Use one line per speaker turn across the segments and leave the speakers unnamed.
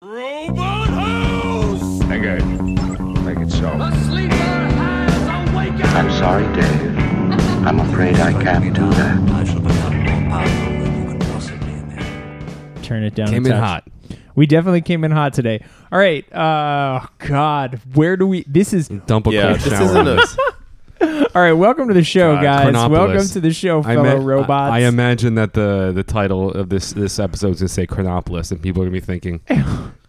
Snowball House!
Engage. Make it so.
The sleeper has awakened!
I'm sorry, Dave. I'm afraid I can't do that.
I shall become more powerful than you can possibly imagine.
Turn it down.
Came
a
in
touch.
hot.
We definitely came in hot today. All right. Uh, God, where do we? This is
Dump a
Yeah,
cold
this
shower.
isn't
on
a.
it.
all right. Welcome to the show,
God,
guys.
Chronopolis.
Welcome to the show,
I
fellow
ma-
robots.
I, I imagine that the the title of this this episode is going to say Chronopolis, and people are going to be thinking,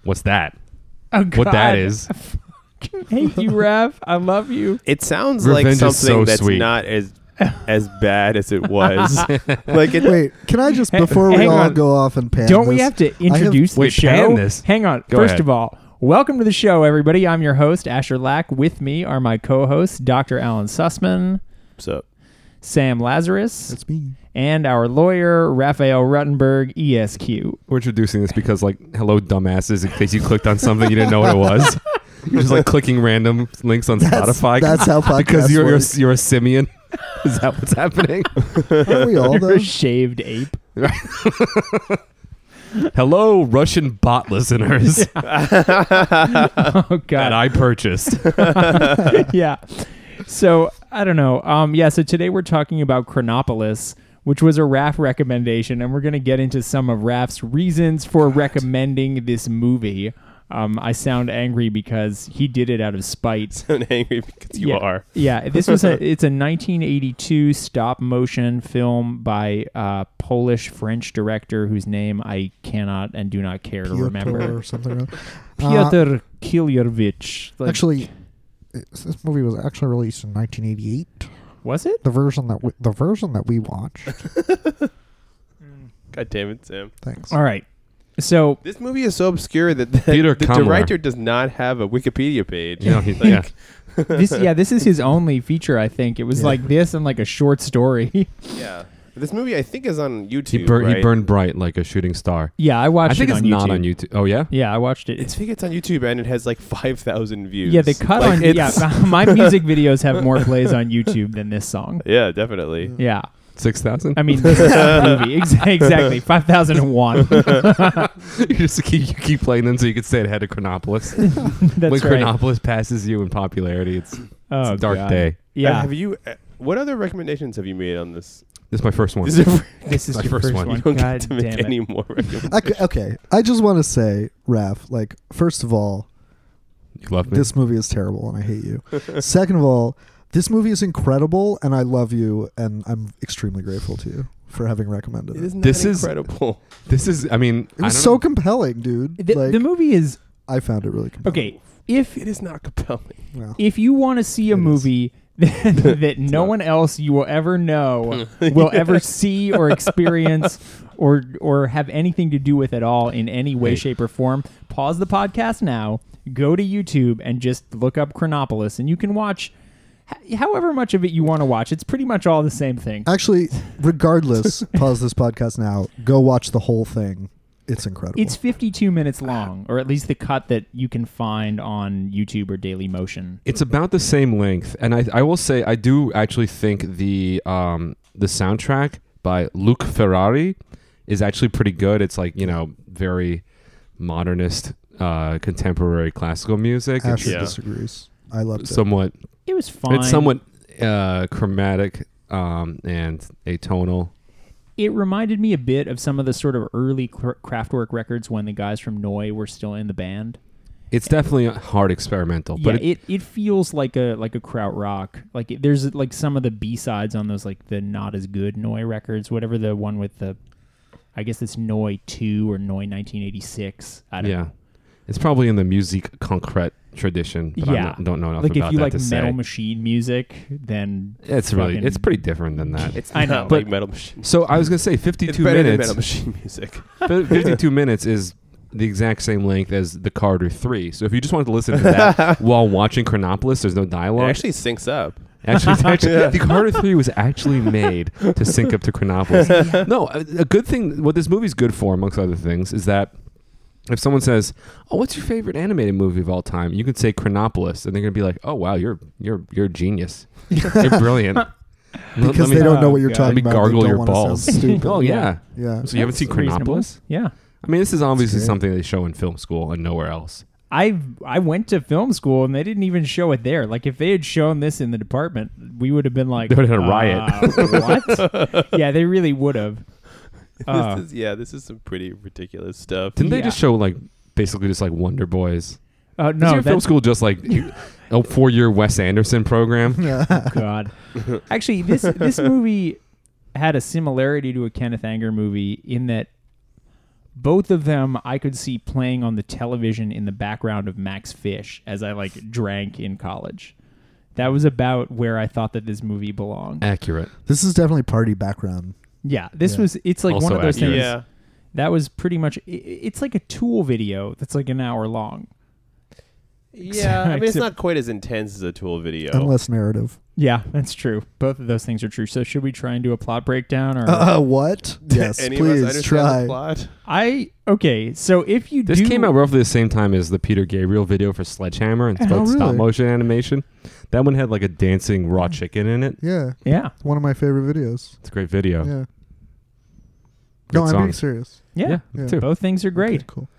"What's that?
Oh,
What that
God.
is?"
I hate you, Rev. I love you.
It sounds like
Revenge is
something
so
that's
sweet.
not as as bad as it was. like it,
Wait, can I just before we
hang
all
on.
go off and pan?
Don't we
this,
have to
I have-
introduce the
Wait,
show?
pan this.
Hang on.
Go
First
ahead.
of all, welcome to the show, everybody. I'm your host, Asher Lack. With me are my co-hosts, Dr. Alan Sussman,
so
Sam Lazarus,
That's me.
and our lawyer, Raphael Ruttenberg, E ESQ.
We're introducing this because, like, hello, dumbasses, in case you clicked on something you didn't know what it was. You're just like clicking random links on
That's,
Spotify
that's how podcasts
because you're, you're
work.
you're a simian. Is that what's happening?
Aren't we
You're
all
a
though?
shaved ape.
hello, Russian bot listeners
Oh, God.
that I purchased.
yeah. So I don't know. Um, yeah. So today we're talking about Chronopolis, which was a Raph recommendation, and we're gonna get into some of Raph's reasons for recommending this movie. Um, I sound angry because he did it out of spite.
I'm angry because you
yeah,
are.
Yeah. This was a. It's a 1982 stop motion film by uh, Polish French director whose name I cannot and do not care to
Piotr
remember.
or something. else. Uh,
Piotr Kiljervich. Like,
actually, it's- this movie was actually released in 1988.
was it?
The version that we, the version that we watched.
God damn it, Sam.
Thanks.
All right. So
This movie is so obscure that the,
Peter
the
Kamler.
director does not have a Wikipedia page.
You know, he-
Like,
yeah.
this yeah this is his only feature i think it was
Yeah.
like this and like a short story
yeah. This movie, I think, is on YouTube.
He, bur- he
right?
burned bright like a shooting star.
yeah i watched
I think
it
it's
on YouTube.
not on YouTube. Oh yeah,
yeah i watched it
I think it's on YouTube and it has like 5,000 views.
yeah the cut
Like,
on yeah
it's-
my music videos have more plays on youtube than this song
Yeah, definitely.
yeah
six thousand.
i mean this is a movie Ex- exactly 5001
you just keep you keep playing them so you can stay ahead of Chronopolis. when
that's right
Chronopolis passes you in popularity, it's, it's
oh
a dark
God.
day.
yeah
Have you? uh, What other recommendations have you made on this?
This is my first one.
This is you
this is
My
your
first
first
one.
one
don't get
god
to
damn
make
it
any more recommendations.
I c- okay, I just want to say, Raph. Like, first of all,
you love me.
this movie is terrible, and I hate you. Second of all, this movie is incredible, and I love you, and I'm extremely grateful to you for having recommended it.
Isn't
This
that
is-
incredible?
This is. I mean,
It
I
was
don't
so
know.
compelling, dude.
the,
like,
the movie is
I found it really compelling.
okay if
It is not compelling.
Well,
if you want to see a
It is.
movie that, that no one else you will ever know will ever see or experience or or have anything to do with at all in any way
Hey.
shape or form pause the podcast now go to youtube and just look up chronopolis and you can watch h- however much of it you want to watch it's pretty much all the same thing
Actually, regardless, pause this podcast now. Go watch the whole thing. It's incredible.
it's 52 minutes long or at least the cut that you can find on youtube or daily motion
It's about the same length, and I, I will say I do actually think the um the soundtrack by Luke Ferrari is actually pretty good. It's like you know very modernist, uh, contemporary classical music. It's
Asher
Yeah.
disagrees. I loved it.
somewhat
it was fine
It's somewhat uh, chromatic um, and atonal.
it reminded me a bit of some of the sort of early cr- Kraftwerk records when the guys from Noi were still in the band.
It's definitely hard experimental, but
yeah, it, it, feels like a like a krautrock. Like it, there's like some of the B sides on those like the not as good Noi records, whatever the one with the, I guess it's Noi two or Noi 1986. I don't
yeah,
know.
it's probably in the music concrete tradition. But
Yeah.
I don't know enough
Like
about
if you
that
like
to
metal
say.
machine music, then
it's really
fucking-
it's pretty different than that.
It's
I
I
know.
know,
But-
like metal machine.
so I was gonna say
It's
fifty-two
better than
minutes.
metal machine music.
Fi- fifty-two minutes is the exact same length as the Carter Three. So if you just wanted to listen to that while watching Chronopolis, there's no
It
dialogue.
actually syncs up.
Actually, it's actually the Carter Three was actually made to sync up to Chronopolis. No, a, a good thing. What this movie's good for, amongst other things, is that if someone says, "Oh, what's your favorite animated movie of all time?" you can say Chronopolis, and they're gonna be like, "Oh, wow, you're you're you're a genius. You're brilliant." Let- let
because
me-
they don't know what
Oh,
you're
God. Oh,
Let
talking
me
about.
gargle
they
your
don't wanna sound
balls.
Stupid.
Oh yeah.
yeah.
So you haven't seen
Reasonable.
Chronopolis?
Yeah,
I mean, this is obviously
great.
something they show in film school and nowhere else.
I I went to film school and they didn't even show it there. Like if they had shown this in the department, we would have been like,
They would've had a riot.
"Uh, what? yeah, they really would have. Uh,
this is, yeah, this is some pretty ridiculous stuff.
Didn't they
Yeah.
just show like basically just like Wonder Boys?
uh,
Is
no,
your film
that's-
school just like a four-year Wes Anderson program?
God. Actually, this this movie had a similarity to a Kenneth Anger movie in that both of them I could see playing on the television in the background of Max Fish as I like drank in college. That was about where I thought that this movie belonged.
Accurate.
This is definitely party background.
Yeah, this
Yeah.
was it's like one
Also
of those
accurate.
things
Yeah.
that was pretty much i- i- it's like a tool video that's like an hour long.
Yeah, I mean, it's
Except-
not quite as intense as a tool video.
Oh.
Unless narrative.
Yeah, that's true. Both of those things are true. So should we try and do a plot breakdown or
Uh, what? Yes,
Any of us
please
understand
try.
the plot?
I okay, so if you
This
do
came out roughly the same time as the Peter Gabriel video for Sledgehammer and it's
Oh,
both stop
really?
motion animation. That one had like a dancing raw chicken in it.
Yeah,
Yeah.
one of my favorite videos.
It's a great video.
Yeah.
Good
no, I'm being
songs.
serious.
Yeah.
Yeah, me
Yeah.
too.
Both things are great.
Okay, cool.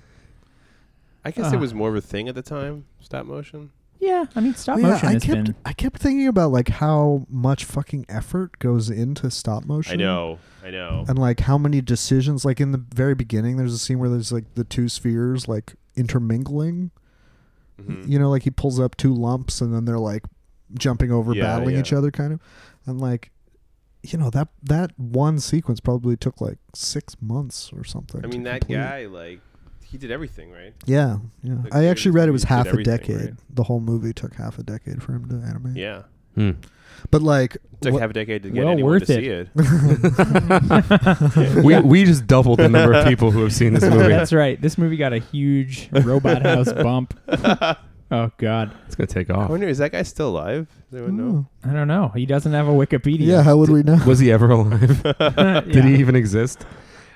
I guess
Ah.
it was more of a thing at the time, stop motion.
Yeah. I mean, stop
Well, yeah,
Oh, motion
I
has
kept
been.
I kept thinking about like how much fucking effort goes into stop motion.
I know, I know.
And like how many decisions like in the very beginning there's a scene where there's like the two spheres like intermingling.
Mhm.
You know, like he pulls up two lumps and then they're like jumping over
Yeah,
battling
yeah.
each other kind of. And like you know, that that one sequence probably took like 6 months or something.
I mean,
to
that
complete.
guy, like, he did everything, right?
Yeah, yeah.
Like,
I
he
actually
was-
read
he
it was
did
half a
everything,
decade.
right?
The whole movie took half a decade for him to animate.
Yeah.
Hmm.
But like
It took
what-
half a decade to get
Well
anyone
worth
to see
it.
it.
We, we just doubled the number of people who have seen this movie.
That's right. This movie got a huge robot house bump. Oh God.
It's gonna take
I
off.
wonder, is that guy still alive? Does anyone know?
Oh.
I don't know. He doesn't have a Wikipedia.
Yeah, how would we know?
Was he ever alive?
yeah.
Did he even exist?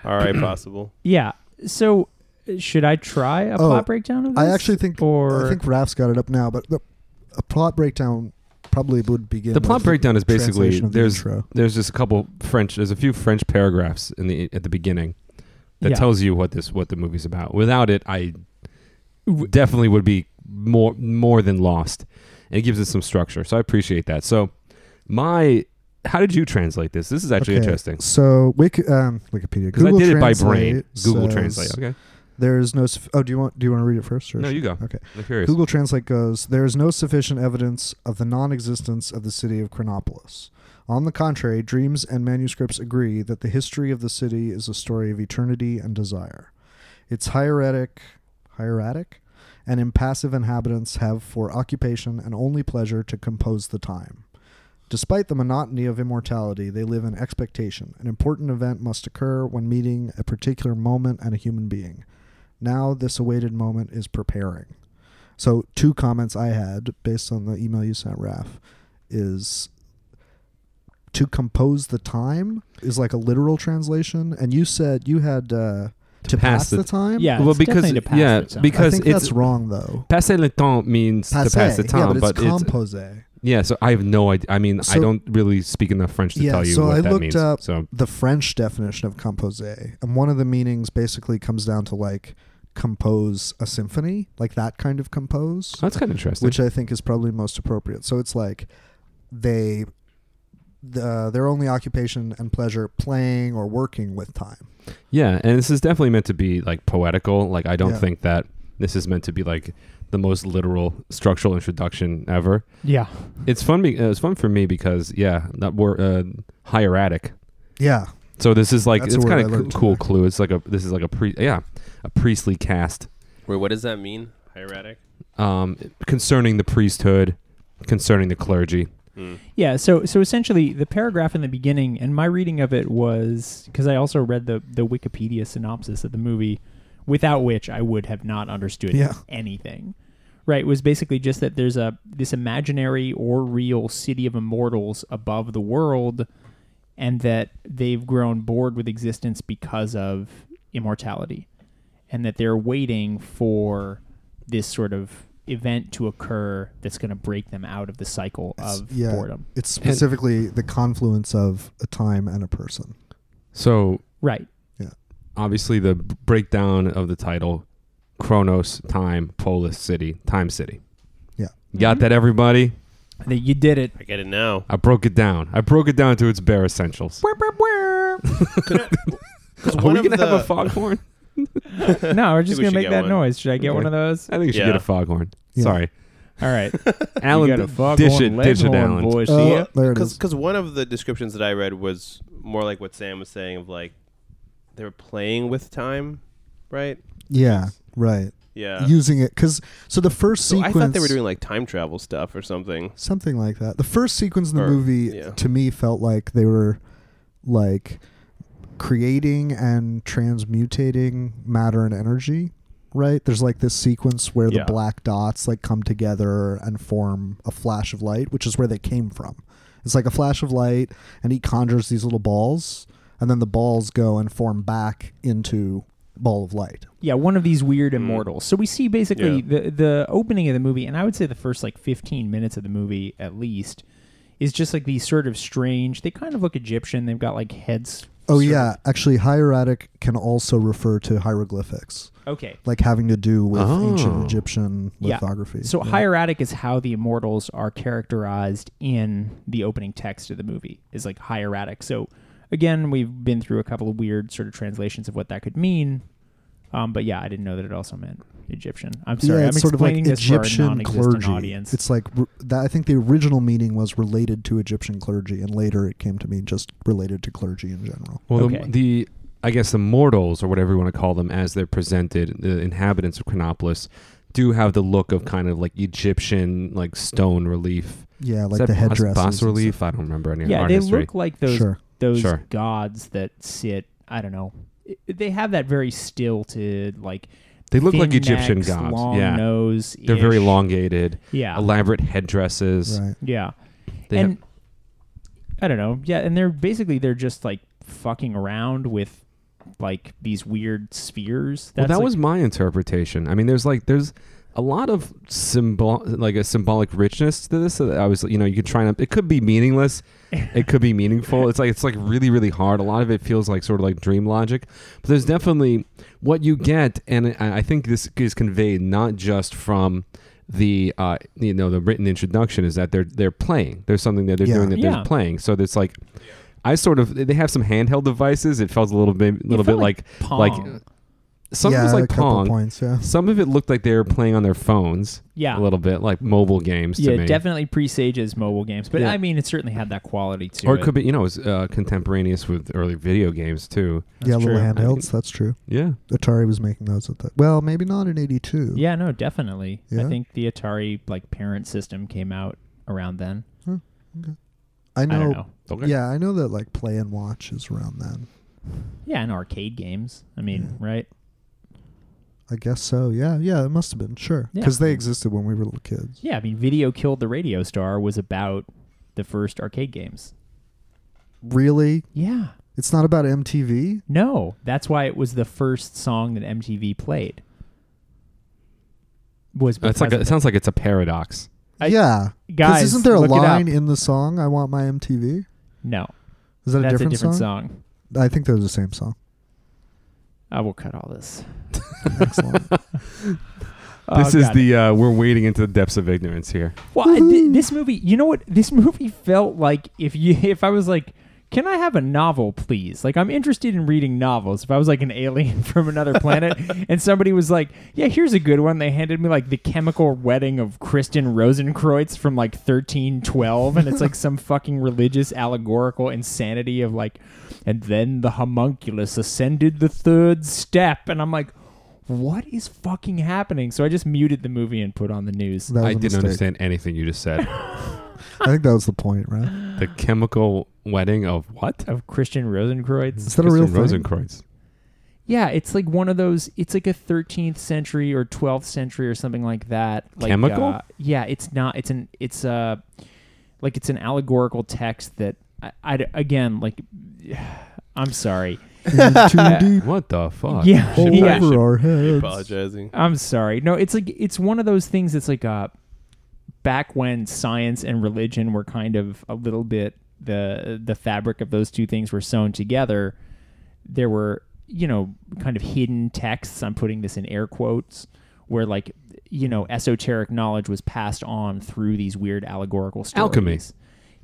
All right, possible.
Yeah. So, uh, should I try a
Oh,
plot breakdown of this?
I actually think
Or
I think Raph's got it up now, but the, a plot breakdown probably would begin.
The plot
with
breakdown is basically
translation of the
there's
intro.
there's just a couple French there's a few French paragraphs in the at the beginning that
Yeah.
tells you what this what the movie's about. Without it, I
W-
definitely would be more more than lost. And it gives it some structure, so I appreciate that. So my how did you translate this? This is actually
Okay,
interesting
So Wiki, um, Wikipedia,
because I
Google
did it by
Translate
brain. Google
says
Translate. Okay,
There is no. suf- Oh, do you want? Do you want to read it first? Or
no, you go.
Okay.
I'm curious.
Google Translate goes, There is no sufficient evidence of the non existence of the city of Chronopolis. On the contrary, dreams and manuscripts agree that the history of the city is a story of eternity and desire. Its hieratic, hieratic and impassive inhabitants have for occupation and only pleasure to compose the time. Despite the monotony of immortality, they live in expectation. An important event must occur when meeting a particular moment and a human being. Now, this awaited moment is preparing. So two comments I had based on the email you sent, Raf, is to compose the time is like a literal translation, and you said you had uh, to, pass, the, time.
Yeah.
well,
it's
because
definitely to pass
yeah,
the time.
I
because
think
it's
that's wrong though.
passer le temps means to pass the
yeah,
time,
but it's
it's,
compose.
yeah. So I have no idea. I mean, I
So-
don't really speak enough French to
Yeah,
tell you
so
what
I
that
looked
means.
up-
so
the French definition of compose, and one of the meanings basically comes down to like compose a symphony, like that kind of compose.
that's kind of interesting.
which I think is probably most appropriate. So it's like they the, their only occupation and pleasure playing or working with time.
Yeah, and this is definitely meant to be like poetical. Like I don't
Yeah.
think that this is meant to be like the most literal structural introduction ever.
Yeah.
It's fun. Be- uh, it's fun for me because yeah, that word uh, hieratic.
Yeah,
So this is like
That's a
it's
word
kind
I
of cool,
learned
cool
today.
clue. It's like a this is like a pre yeah a priestly cast
Wait, what does that mean? Hieratic?
um, concerning the priesthood, concerning the clergy.
Yeah, so so essentially the paragraph in the beginning and my reading of it was cuz I also read the the Wikipedia synopsis of the movie without which I would have not understood
Yeah.
anything. Right, was basically just that there's a this imaginary or real city of immortals above the world and that they've grown bored with existence because of immortality and that they're waiting for this sort of event to occur that's going to break them out of the cycle of
yeah.
boredom.
It's specifically the confluence of a time and a person.
So
Right.
obviously the breakdown of the title Chronos, time, Polis, city, time, city.
Yeah.
Got that, everybody?
I think you did it.
I get it now.
I broke it down. I broke it down to its bare essentials. Are we
one of
going to have
the-
a foghorn?
No, we're just
we
gonna
should
make
get
that
one.
noise. Should I get
Okay.
one of those?
I think you should
Yeah.
get a foghorn.
Yeah.
Sorry.
All right.
Alan,
you got a foghorn,
dish it, dish it,
leghorn,
Alan.
boy.
Uh,
See ya.
there it is.
Because one of the descriptions that I read was more like what Sam was saying of like they were playing with time, right?
Yeah, right.
Yeah.
Using it because so the first
so I
sequence
thought they were doing like time travel stuff or something.
something like that. The first sequence in the
Or-
movie
yeah.
to me felt like they were like creating and transmutating matter and energy. Right? There's like this sequence where
Yeah.
the black dots like come together and form a flash of light, which is where they came from. It's like a flash of light, and he conjures these little balls, and then the balls go and form back into ball of light.
Yeah, one of these
Mm.
weird immortals. So we see basically the the opening of the movie, and I would say the first like fifteen minutes of the movie at least is just like these sort of strange. They kind of look Egyptian. They've got like heads.
Oh
sort of-
yeah, actually, hieratic can also refer to hieroglyphics,
Okay.
like having to do with
Oh.
ancient Egyptian
Yeah.
lithography.
So
Yeah.
hieratic is how the immortals are characterized in the opening text of the movie. Is like hieratic. So again, we've been through a couple of weird sort of translations of what that could mean. Um, but yeah, I didn't know that it also meant Egyptian. I'm sorry.
yeah,
I'm
it's sort of like
explaining this for a
Egyptian
non-existent
clergy.
audience.
It's like r- that. I think the original meaning was related to Egyptian clergy, and later it came to mean just related to clergy in general.
Well,
Okay.
the, the I guess the mortals or whatever you want to call them, as they're presented, the inhabitants of Chronopolis do have the look of kind of like Egyptian, like stone relief,
Yeah,
Is
like
that
the
bas-
headdresses.
bas
and
relief. I don't remember any
yeah,
art
they
history.
look like
stuff.
those
Sure.
those
Sure.
gods that sit. I don't know. I- They have that very stilted, like
they look like
thin
Egyptian
necks,
gods.
Long
yeah,
nose.
they're very elongated,
Yeah,
elaborate headdresses.
Right.
yeah.
They
and
have-
I don't know. Yeah, and they're basically they're just like fucking around with like these weird spheres.
well,
That's
that
like-
was my interpretation. I mean, there's like there's a lot of symbol like a symbolic richness to this. that I was you know you could try and it could be meaningless, it could be meaningful. It's like it's like really really hard. A lot of it feels like sort of like dream logic, but there's definitely what you get, and I I think this is conveyed not just from the uh, you know the written introduction is that they're they're playing. There's something that they're
Yeah.
doing that
Yeah.
they're playing. So it's like. I sort of they have some handheld devices. It felt a little bit,
It
little bit
felt
like
Pong.
like some
yeah,
of it was
a
like
couple
Pong.
points. Yeah.
Some of it looked like they were playing on their phones
yeah.
a little bit, like mobile games to
yeah,
me.
definitely presages mobile games, but
Yeah.
I mean, it certainly had that quality to
Or
it.
it could be, you know, it was uh, contemporaneous with early video games too.
yeah, little
true. I mean-
handhelds. that's true.
Yeah,
Atari was making those at that. Well, maybe not in '82.
Yeah, no, definitely. I
Yeah?
think the Atari like parent system came out around then.
I
I
know.
don't know.
Yeah, I know that like play and watch is around then.
Yeah, and arcade games. I mean, right?
I guess so. Yeah, yeah, it must have been sure
Yeah.
because they existed when we were little kids.
Yeah, I mean, Video Killed the Radio Star was about the first arcade games.
Really,
Yeah.
it's not about MTV.
No, that's why it was the first song that MTV played. Was
it's like a, it
because of
sounds like it's a paradox.
I-
yeah, 'Cause
guys,
isn't there a
look it up.
line in the song "I Want My MTV"?
it. No,
Is that
that's
a different,
song.
I think they're the same song.
I will cut all this.
Excellent.
Oh,
this is
God.
the uh, we're wading into the depths of ignorance here.
Well, I- thi- this movie, you know what? This movie felt like if you if I was like, can I have a novel, please? Like I'm interested in reading novels. If I was like an alien from another planet, and somebody was like, yeah, here's a good one. They handed me like the Chemical Wedding of Kristen Rosenkreutz from like 1312, and it's like some fucking religious allegorical insanity of like, and then the homunculus ascended the third step, and I'm like. What is fucking happening? So I just muted the movie and put on the news.
That was
I
a
didn't
mistake.
understand anything you just said.
I think that was the point, right?
the chemical wedding of what?
of Christian Rosenkreutz.
Is that a real
Christian
thing?
Rosenkreutz.
Yeah, it's like one of those. It's like a 13th century or 12th century or something like that. Like,
Chemical?
uh, yeah, it's not. It's an. It's a. Like it's an allegorical text that I, I- again like. I'm sorry.
Too deep
What the fuck?
Yeah.
Shit,
Yeah.
shit.
over our heads.
Apologizing.
I'm sorry. No, it's like it's one of those things that's like uh back when science and religion were kind of a little bit the the fabric of those two things were sewn together, there were you know, kind of hidden texts. I'm putting this in air quotes, where like, you know, esoteric knowledge was passed on through these weird allegorical stories.
Alchemy.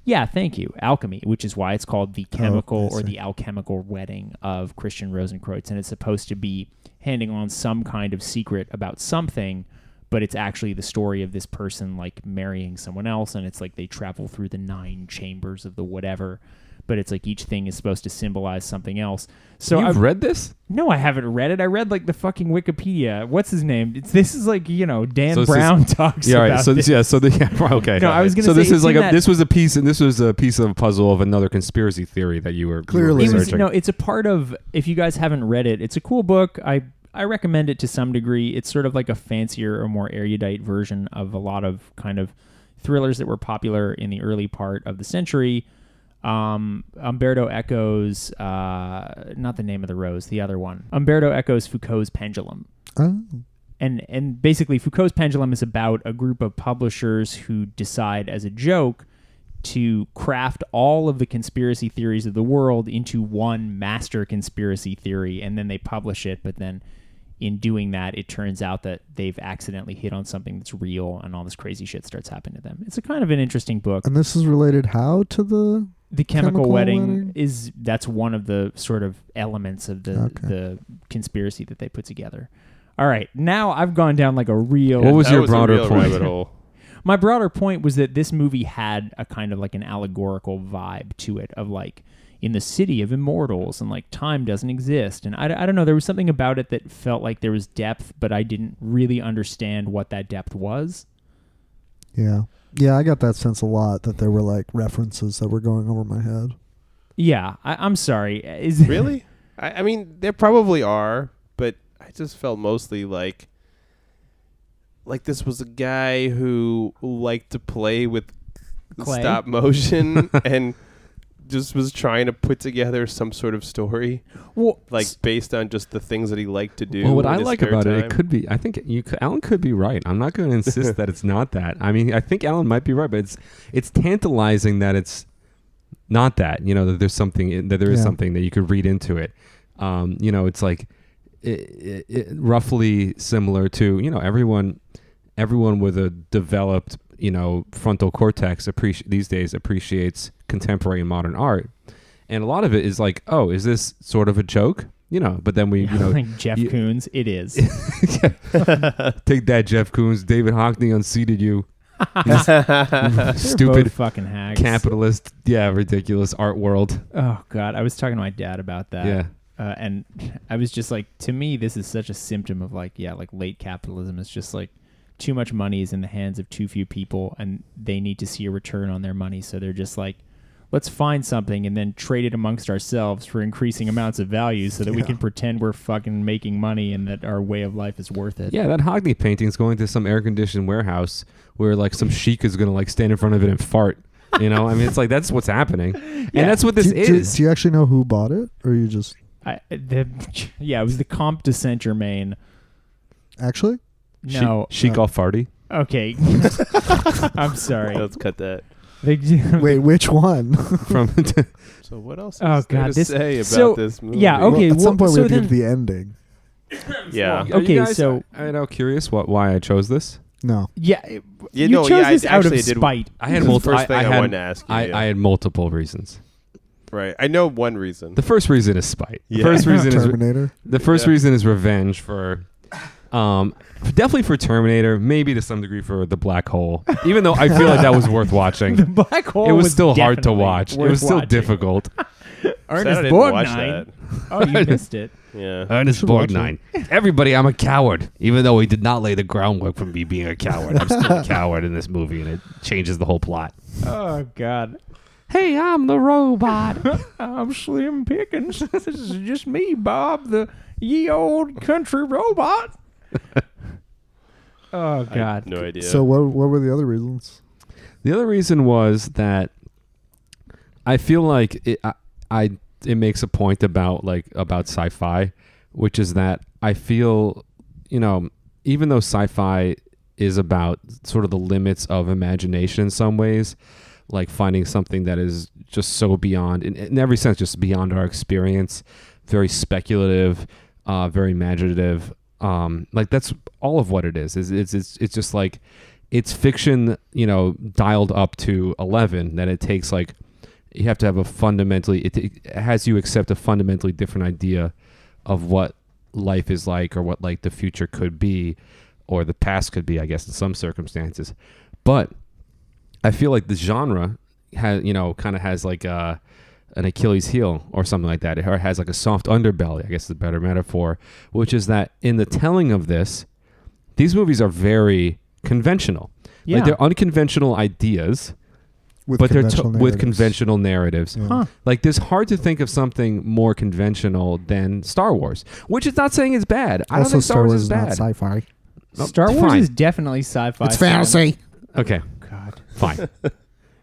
Yeah, thank you. Alchemy, which is why it's called
Oh,
the chemical
I
or
see.
the alchemical wedding of Christian Rosenkreutz. And it's supposed to be handing on some kind of secret about something, but it's actually the story of this person like marrying someone else. And it's like they travel through the nine chambers of the whatever. But it's like each thing is supposed to symbolize something else. So
You've
I've,
read this?
no, I haven't read it. I read like the fucking Wikipedia. What's his name? It's, this is like you know Dan
So this is-
Brown talks
Yeah, all right.
about
So
this.
this, yeah, so the, yeah, okay.
No, I was gonna
so
say
this
it's
is like
in
a,
that-
this was a piece, and this was a piece of a puzzle of another conspiracy theory that you were you were
Clearly.
it was,
researching.
no, it's a part of. If you guys haven't read it, it's a cool book. I I recommend it to some degree. It's sort of like a fancier or more erudite version of a lot of kind of thrillers that were popular in the early part of the century. Um, Umberto Eco's, uh, not the name of the rose, the other one. Umberto Eco's Foucault's Pendulum.
Oh.
and and basically Foucault's pendulum is about a group of publishers who decide as a joke to craft all of the conspiracy theories of the world into one master conspiracy theory and then they publish it but then in doing that it turns out that they've accidentally hit on something that's real and all this crazy shit starts happening to them it's a kind of an interesting book
And this is related how to the
the chemical,
Um, Chemical
wedding,
Wedding?
is that's one of the sort of elements of the
Okay.
the conspiracy that they put together. All right, now I've gone down like a real.
What was
That
your
a
broader
real
point?
rabbit hole.
my broader point was that this movie had a kind of like an allegorical vibe to it of like in the city of immortals and like time doesn't exist and I, I don't know there was something about it that felt like there was depth but I didn't really understand what that depth was.
yeah. Yeah, I got that sense a lot that there were like references that were going over my head.
Yeah, I, I'm sorry. Is
Really? I, I mean, there probably are, but I just felt mostly like like this was a guy who liked to play with
Clay?
stop motion and just was trying to put together some sort of story
well,
like based on just the things that he liked to do.
Well, what
in
I
his
like
spare
about it,
time.
it could be. I think you, could, Alan could be right. I'm not going to insist that it's not that. I mean, I think Alan might be right, but it's it's tantalizing that it's not that. You know, that there's something in, that there is
Yeah.
something that you could read into it. Um, you know, it's like it, it, roughly similar to you know everyone everyone with a developed you know frontal cortex appreci- these days appreciates contemporary and modern art and a lot of it is like oh is this sort of a joke you know but then we you know
like Jeff
you-
Koons, it is.
Take that, Jeff Koons. David Hockney unseated you.
They're
Stupid
both fucking hags.
capitalist. Yeah, ridiculous art world.
Oh God, I was talking to my dad about that.
Yeah.
uh, and I was just like, to me, this is such a symptom of like, yeah, like late capitalism is just like too much money is in the hands of too few people, and they need to see a return on their money, so they're just like. Let's find something and then trade it amongst ourselves for increasing amounts of value so that we can pretend we're fucking making money and that our way of life is worth it.
Yeah, that Hockney painting's going to some air conditioned warehouse where like some sheik is gonna like stand in front of it and fart. You know, I mean, it's like that's what's happening, and that's what this
do, do-
is.
Do, you actually know who bought it? Or you just
I, the, yeah, it was the Comte de Saint Germain.
actually?
Sheik-
No.
uh,
sheik all farty.
Okay. I'm sorry.
Let's cut that.
They-
Wait, which one?
From
So what else?
Oh,
is there
God,
to
this-
say about
so-
this movie?
yeah, okay,
at
well,
some point
so
we have to
then-
get to the ending.
Yeah.
Are you guys-
uh,
so-
I know, curious what why I chose this.
No.
Yeah,
Yeah,
you
no,
chose
yeah, I
this out of
actually did-
spite.
I had
This is the
multiple.
first thing I
had,
wanted to ask you,
I,
yeah.
I had multiple reasons.
Right. I know one reason.
The first reason is spite. The
Yeah.
first reason is
Terminator.
The first
Yeah.
reason is revenge for, um, definitely for Terminator, maybe to some degree for the Black Hole. Even though I feel like that was worth
The
watching,
black hole.
it was still hard to
definitely
watch. It
worth
was still
watching.
difficult.
Sad
Ernest
I didn't watch
Borgnine.
that.
Oh, you missed it.
Yeah.
Ernest
should watch
Borgnine. Everybody, I'm a coward. Even though he did not lay the groundwork for me being a coward, I'm still a coward in this movie, and it changes the whole plot.
Oh God,
Hey, I'm the robot.
I'm Slim Pickens. this is just me, Bob, the ye old country robot. Oh God.
No idea.
So what what were the other reasons?
The other reason was that I feel like it, I, I it makes a point about like about sci-fi, which is that I feel you know even though sci-fi is about sort of the limits of imagination in some ways, like finding something that is just so beyond in, in every sense just beyond our experience very speculative, uh, very imaginative. Um, like that's all of what it is. Is it's it's it's just like it's fiction, you know, dialed up to eleven. That it takes like you have to have a fundamentally it, it has you accept a fundamentally different idea of what life is like or what like the future could be or the past could be i guess in some circumstances but i feel like the genre has you know kind of has like uh an achilles heel or something like that or has like a soft underbelly i guess is a better metaphor which is that in the telling of this these movies are very conventional
Yeah.
like they're unconventional ideas
with
but they're to-
conventional
with
narratives.
conventional narratives.
Huh.
Like there's hard to think of something more conventional than Star Wars, which is not saying it's bad. I don't
also,
think Star, Wars, is
not
bad.
sci-fi.
Oh,
Star Wars
fine.
is definitely sci-fi.
It's fantasy.
okay.
God.
Fine.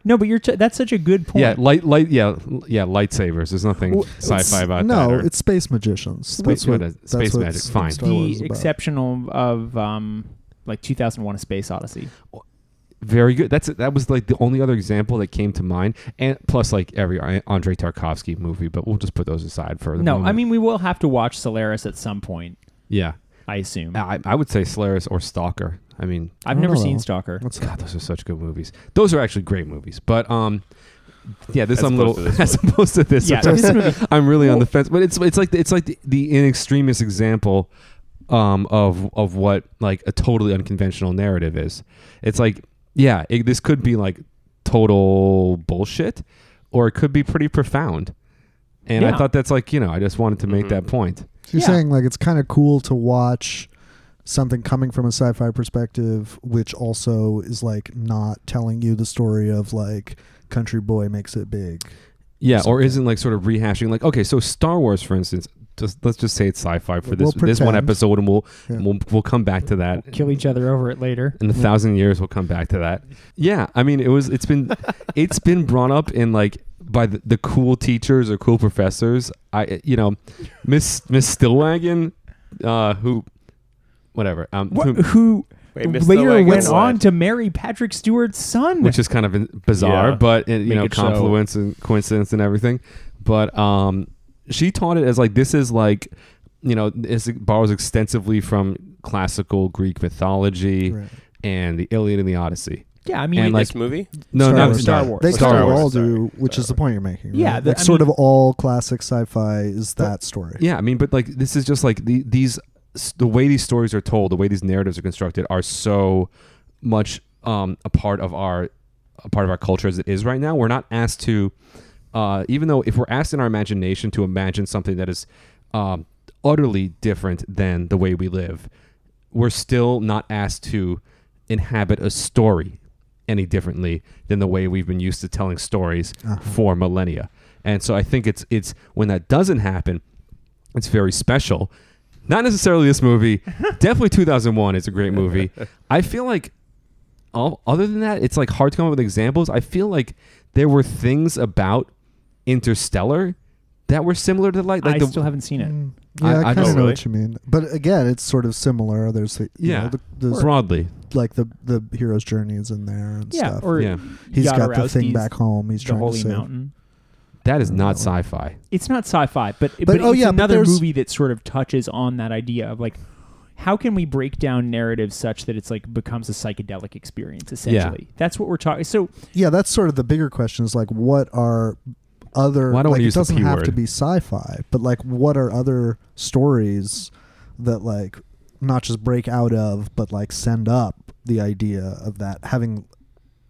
No, but you're t- that's such a good point.
yeah, light, light, yeah, l- yeah, lightsabers. There's nothing
Well, it's-
sci-fi about that.
no,
or-
it's space magicians.
Wait,
That's what,
what is-
that's
space
what
magic,
s-
fine.
Star Wars is
the
about.
exceptional of um, like 2001: A Space Odyssey.
very good. That's that was like the only other example that came to mind, and plus like every I- Andrei Tarkovsky movie. But we'll just put those aside for the
No, I
moment.
mean we will have to watch Solaris at some point.
yeah, Oh,
I assume.
I, I would say Solaris or Stalker. I mean,
I've
I don't
never
know,
seen
though.
Stalker.
That's
God, those are such good movies. Those are actually great movies. But um, yeah, this
As
I'm a
opposed
little
to this
as opposed to this.
Yeah, this movie-
I'm really on the fence. But it's it's like it's like the, the in extremis example um of of what like a totally unconventional narrative is. It's like yeah, it, this could be like total bullshit, or it could be pretty profound. And
Yeah.
I thought that's like you know I just wanted to make
Mhm.
that point.
So you're
Yeah.
saying like it's kind of cool to watch something coming from a sci-fi perspective, which also is like not telling you the story of like country boy makes it big.
Yeah, or
Something.
isn't like sort of rehashing like okay, so Star Wars for instance, just let's just say it's sci-fi for
We'll
this this one
pretend.
episode, and we'll
Yeah.
we'll we'll come back to that.
Kill each other over it later.
Mm-hmm.
in a thousand years we'll come back to that yeah i mean it was it's been it's been brought up in like by the, the cool teachers or cool professors i you know miss miss stillwagon uh who whatever um
What,
who-
who
Wait, Miss
later
Stillwagon
went
what?
on to marry Patrick Stewart's son?
which is kind of in- bizarre
Yeah.
but uh, you
Make
know
it so.
confluence and coincidence and everything but um she taught it as like this is like you know this borrows extensively from classical greek mythology
Right.
and the iliad and the odyssey
yeah, I mean,
and,
it-
like-
This movie?
no
Star
not
Wars.
Star Wars.
They
Star
kind of
Wars,
all
sorry.
do, which
Star
is the point you're making.
Yeah,
right?
the-
like
I
sort
mean-
of all classic sci-fi is that story.
Yeah, I mean, but like this is just like the, these s- the way these stories are told, the way these narratives are constructed are so much um, a part of our a part of our culture as it is right now. We're not asked to, uh, even though if we're asked in our imagination to imagine something that is um, utterly different than the way we live, we're still not asked to inhabit a story any differently than the way we've been used to telling stories for millennia. And so I think it's it's when that doesn't happen, it's very special. Not necessarily this movie. Definitely 2001 is a great movie. I feel like, all, other than that, it's like hard to come up with examples. I feel like there were things about Interstellar that were similar to like like
I
the
still haven't seen it.
Mm,
I-
yeah, I,
I
kind of
don't
know
really-
what you mean, but again, it's sort of similar. There's the, you
Yeah.
know, the, there's
broadly.
like the the hero's journey is in there and
Yeah,
stuff.
or
Yeah.
he's got the
Jodorowsky's
thing back home. He's
the
trying to
Holy
save.
Mountain.
That is not sci-fi.
It's not sci-fi, but but,
oh,
it's
yeah, but
another
there's-
movie that sort of touches on that idea of like. How can we break down narratives such that it's like becomes a psychedelic experience? Essentially, that's what we're talking. So
Yeah, that's sort of the bigger question is like what are other
Why don't
like
we
it
use the
doesn't
P
have to
word?
be sci-fi, but like what are other stories that like not just break out of but like send up the idea of that having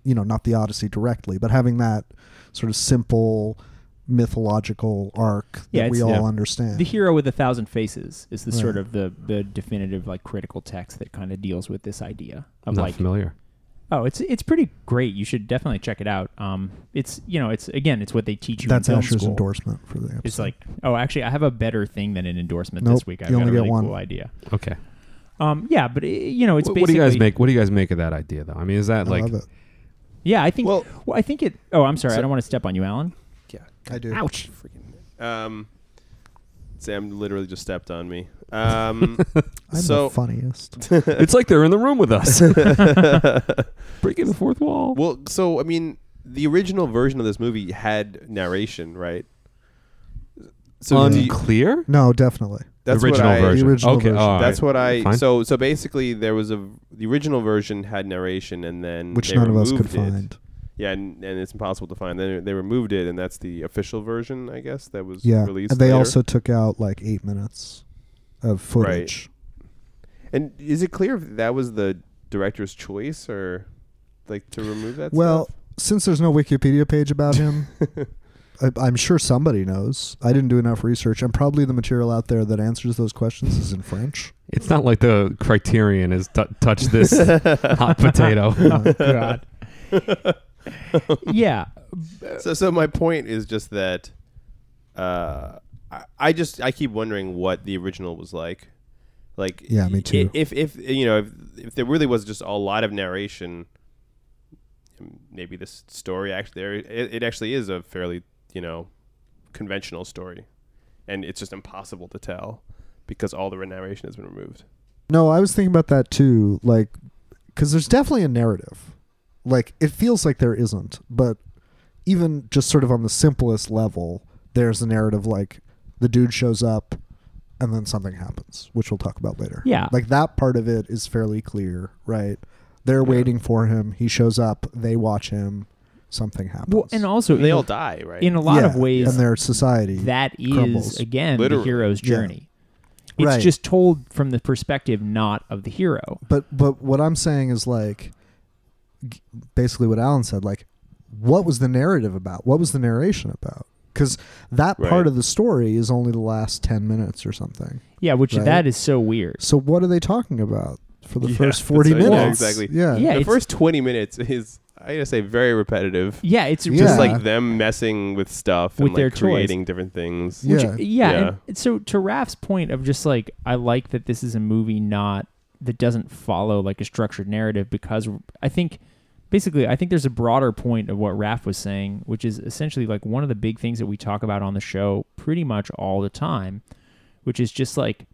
you know, not the Odyssey directly, but having that sort of simple mythological arc
Yeah,
that we
it's-
all
yeah.
understand.
The Hero with a Thousand Faces is the sort
Right.
of the the definitive like critical text that kind of deals with this idea of
not
like
familiar.
oh it's it's pretty great. You should definitely check it out. Um, it's you know it's again it's what they teach you.
that's
in film
Asher's
school.
endorsement for the episode.
It's like oh actually I have a better thing than an endorsement
Nope,
this week. I've
you
got
only
a
get
really
one.
cool idea.
Okay.
Um, yeah, but it, you know it's
Wh-
basically
what do you guys make? What do you guys make of that idea though? I mean, is that
I
like
love it.
Yeah, I think. Well,
Well-
I think it. Oh, I'm sorry. I
So-
don't want to step on you, Alan.
Yeah.
I do.
Ouch.
Freaking. Um, Sam literally just stepped on me. Um,
I'm
so
the funniest.
it's like they're in the room with us, breaking the fourth wall.
well, so I mean, the original version of this movie had narration, right? So do you-
unclear.
No, definitely.
that's what
original
I-
version.
The original
okay,
version.
all right.
That's what I.
Fine.
So so basically, there was a the original version had narration, and then
Which
they
none of us could
removed it.
find.
Yeah, and, and it's impossible to find. They they removed it, and that's the official version, I guess. That was
Yeah.
released.
and they
later.
also took out like eight minutes of footage.
And is it clear if that was the director's choice or like to remove that?
Well, since there's no Wikipedia page about him, I, I'm sure somebody knows. I didn't do enough research, and probably the material out there that answers those questions is in French.
It's not like the criterion is t- touch this hot potato.
Oh, God. yeah.
stuff? so so my point is just that uh, I, I just I keep wondering what the original was like. Like
Yeah, me
i-
too.
If if you know if, if there really was just a lot of narration, maybe this story actually there it, it actually is a fairly you know conventional story, and it's just impossible to tell because all the narration has been removed.
No, I was thinking about that too. Like, because there's definitely a narrative. Like, it feels like there isn't, but even just sort of on the simplest level, there's a narrative like the dude shows up and then something happens, which we'll talk about later.
Yeah.
Like, that part of it is fairly clear, right? They're waiting for him. He shows up. They watch him. Something happens.
Well, and also
They
in,
all die, right?
in a lot
Yeah,
of ways
And their society.
that is
crumbles.
again
Literally.
the hero's
Yeah.
journey. It's
Right.
just told from the perspective not of the hero.
But but what I'm saying is like, g- basically what Alan said. Like, what was the narrative about? What was the narration about? Because that
Right.
part of the story is only the last ten minutes or something.
Yeah, which
Right.
that is so weird.
So what are they talking about for the
Yeah,
first
that's
forty
what- yeah,
minutes?
exactly.
Yeah.
Yeah,
the
it's-
first 20 minutes is i gotta say very repetitive
Yeah, it's
Yeah.
just
just
like
like them messing with stuff
With
and
their
like
toys.
creating different things
Yeah.
Which, eh, yeah.
Yeah.
And so to Raph's point of just like, I like that this is a movie not that doesn't follow like a structured narrative because I think basically I think there's a broader point of what Raph was saying, which is essentially like one of the big things that we talk about on the show pretty much all the time, which is just like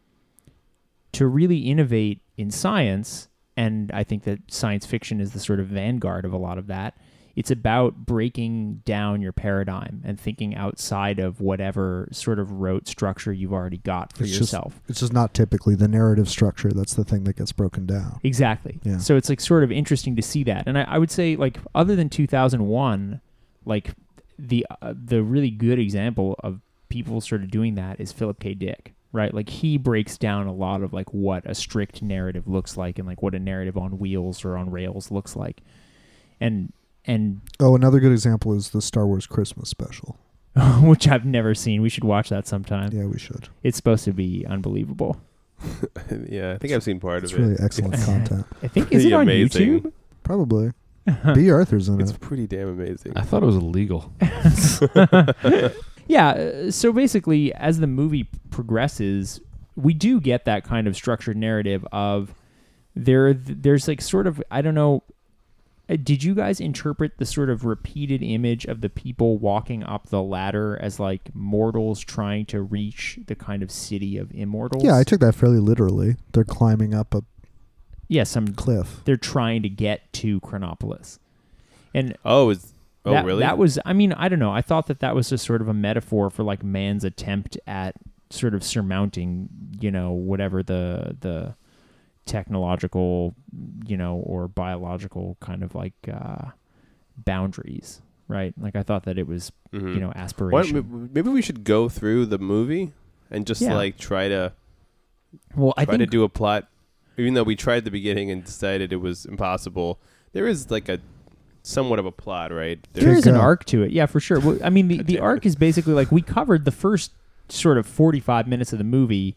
to really innovate in science, and I think that science fiction is the sort of vanguard of a lot of that. It's about breaking down your paradigm and thinking outside of whatever sort of rote structure you've already got for
It's just-
yourself.
It's just not typically the narrative structure. That's the thing that gets broken down.
Exactly.
Yeah.
So it's like sort of interesting to see that. And I, I would say like other than 2001, like the uh, the really good example of people sort of doing that is Philip K. Dick, right? Like he breaks down a lot of like what a strict narrative looks like and like what a narrative on wheels or on rails looks like. And and
Oh, another good example is the Star Wars Christmas special.
which I've never seen. We should watch that sometime.
Yeah, we should.
It's supposed to be unbelievable.
yeah i think i've seen part
It's
of it
really excellent content.
I think is it on
amazing.
YouTube?
Probably. B. Arthur's in
it's
it.
pretty damn amazing
I thought it was illegal.
yeah. uh, So basically, as the movie progresses, we do get that kind of structured narrative of there. There's like sort of I don't know. uh, Did you guys interpret the sort of repeated image of the people walking up the ladder as like mortals trying to reach the kind of city of immortals?
Yeah, I took that fairly literally. They're climbing up a
yeah. Some
cliff.
they're trying to get to Chronopolis, and
oh is oh
that,
really
That was, I mean, I don't know. I thought that that was just sort of a metaphor for like man's attempt at sort of surmounting, you know, whatever the the technological, you know, or biological kind of like uh, boundaries, right? Like I thought that it was,
Mhm.
you know,
Why
aspiration.
don't we- maybe we should go through the movie and just
Yeah.
like try to
well, I
try to
think
do a plot even though we tried the beginning and decided it was impossible there is like a somewhat of a plot right
there
There's
is an
a-
arc to it. Yeah, for sure. Well, I mean, the, the arc is basically like we covered the first sort of forty five minutes of the movie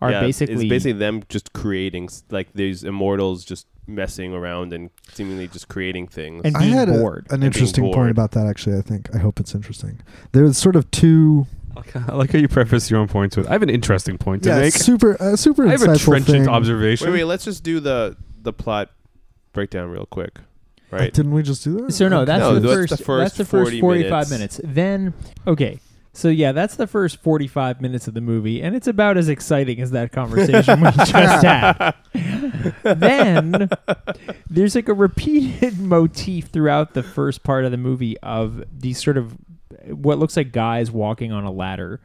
are
Yeah,
basically
it's basically them just creating s- like these immortals just messing around and seemingly just creating things.
and
I
being
had a-
bored.
an
being
interesting point
bored.
about that. Actually, I think I hope it's interesting. There's sort of two
I like how you preface your own points with. I have an interesting point to
yeah,
make.
super uh, super
I have a
insightful
trenchant
thing.
observation.
wait, wait, let's just do the the plot breakdown real quick, right?
Didn't we just do that?
So no,
Okay.
that's,
No,
the,
that's
first,
the first
That's the first
40
forty-five minutes.
minutes.
Then okay, so yeah, that's the first forty-five minutes of the movie, and it's about as exciting as that conversation we just had. then there's like a repeated motif throughout the first part of the movie of these sort of what looks like guys walking on a ladder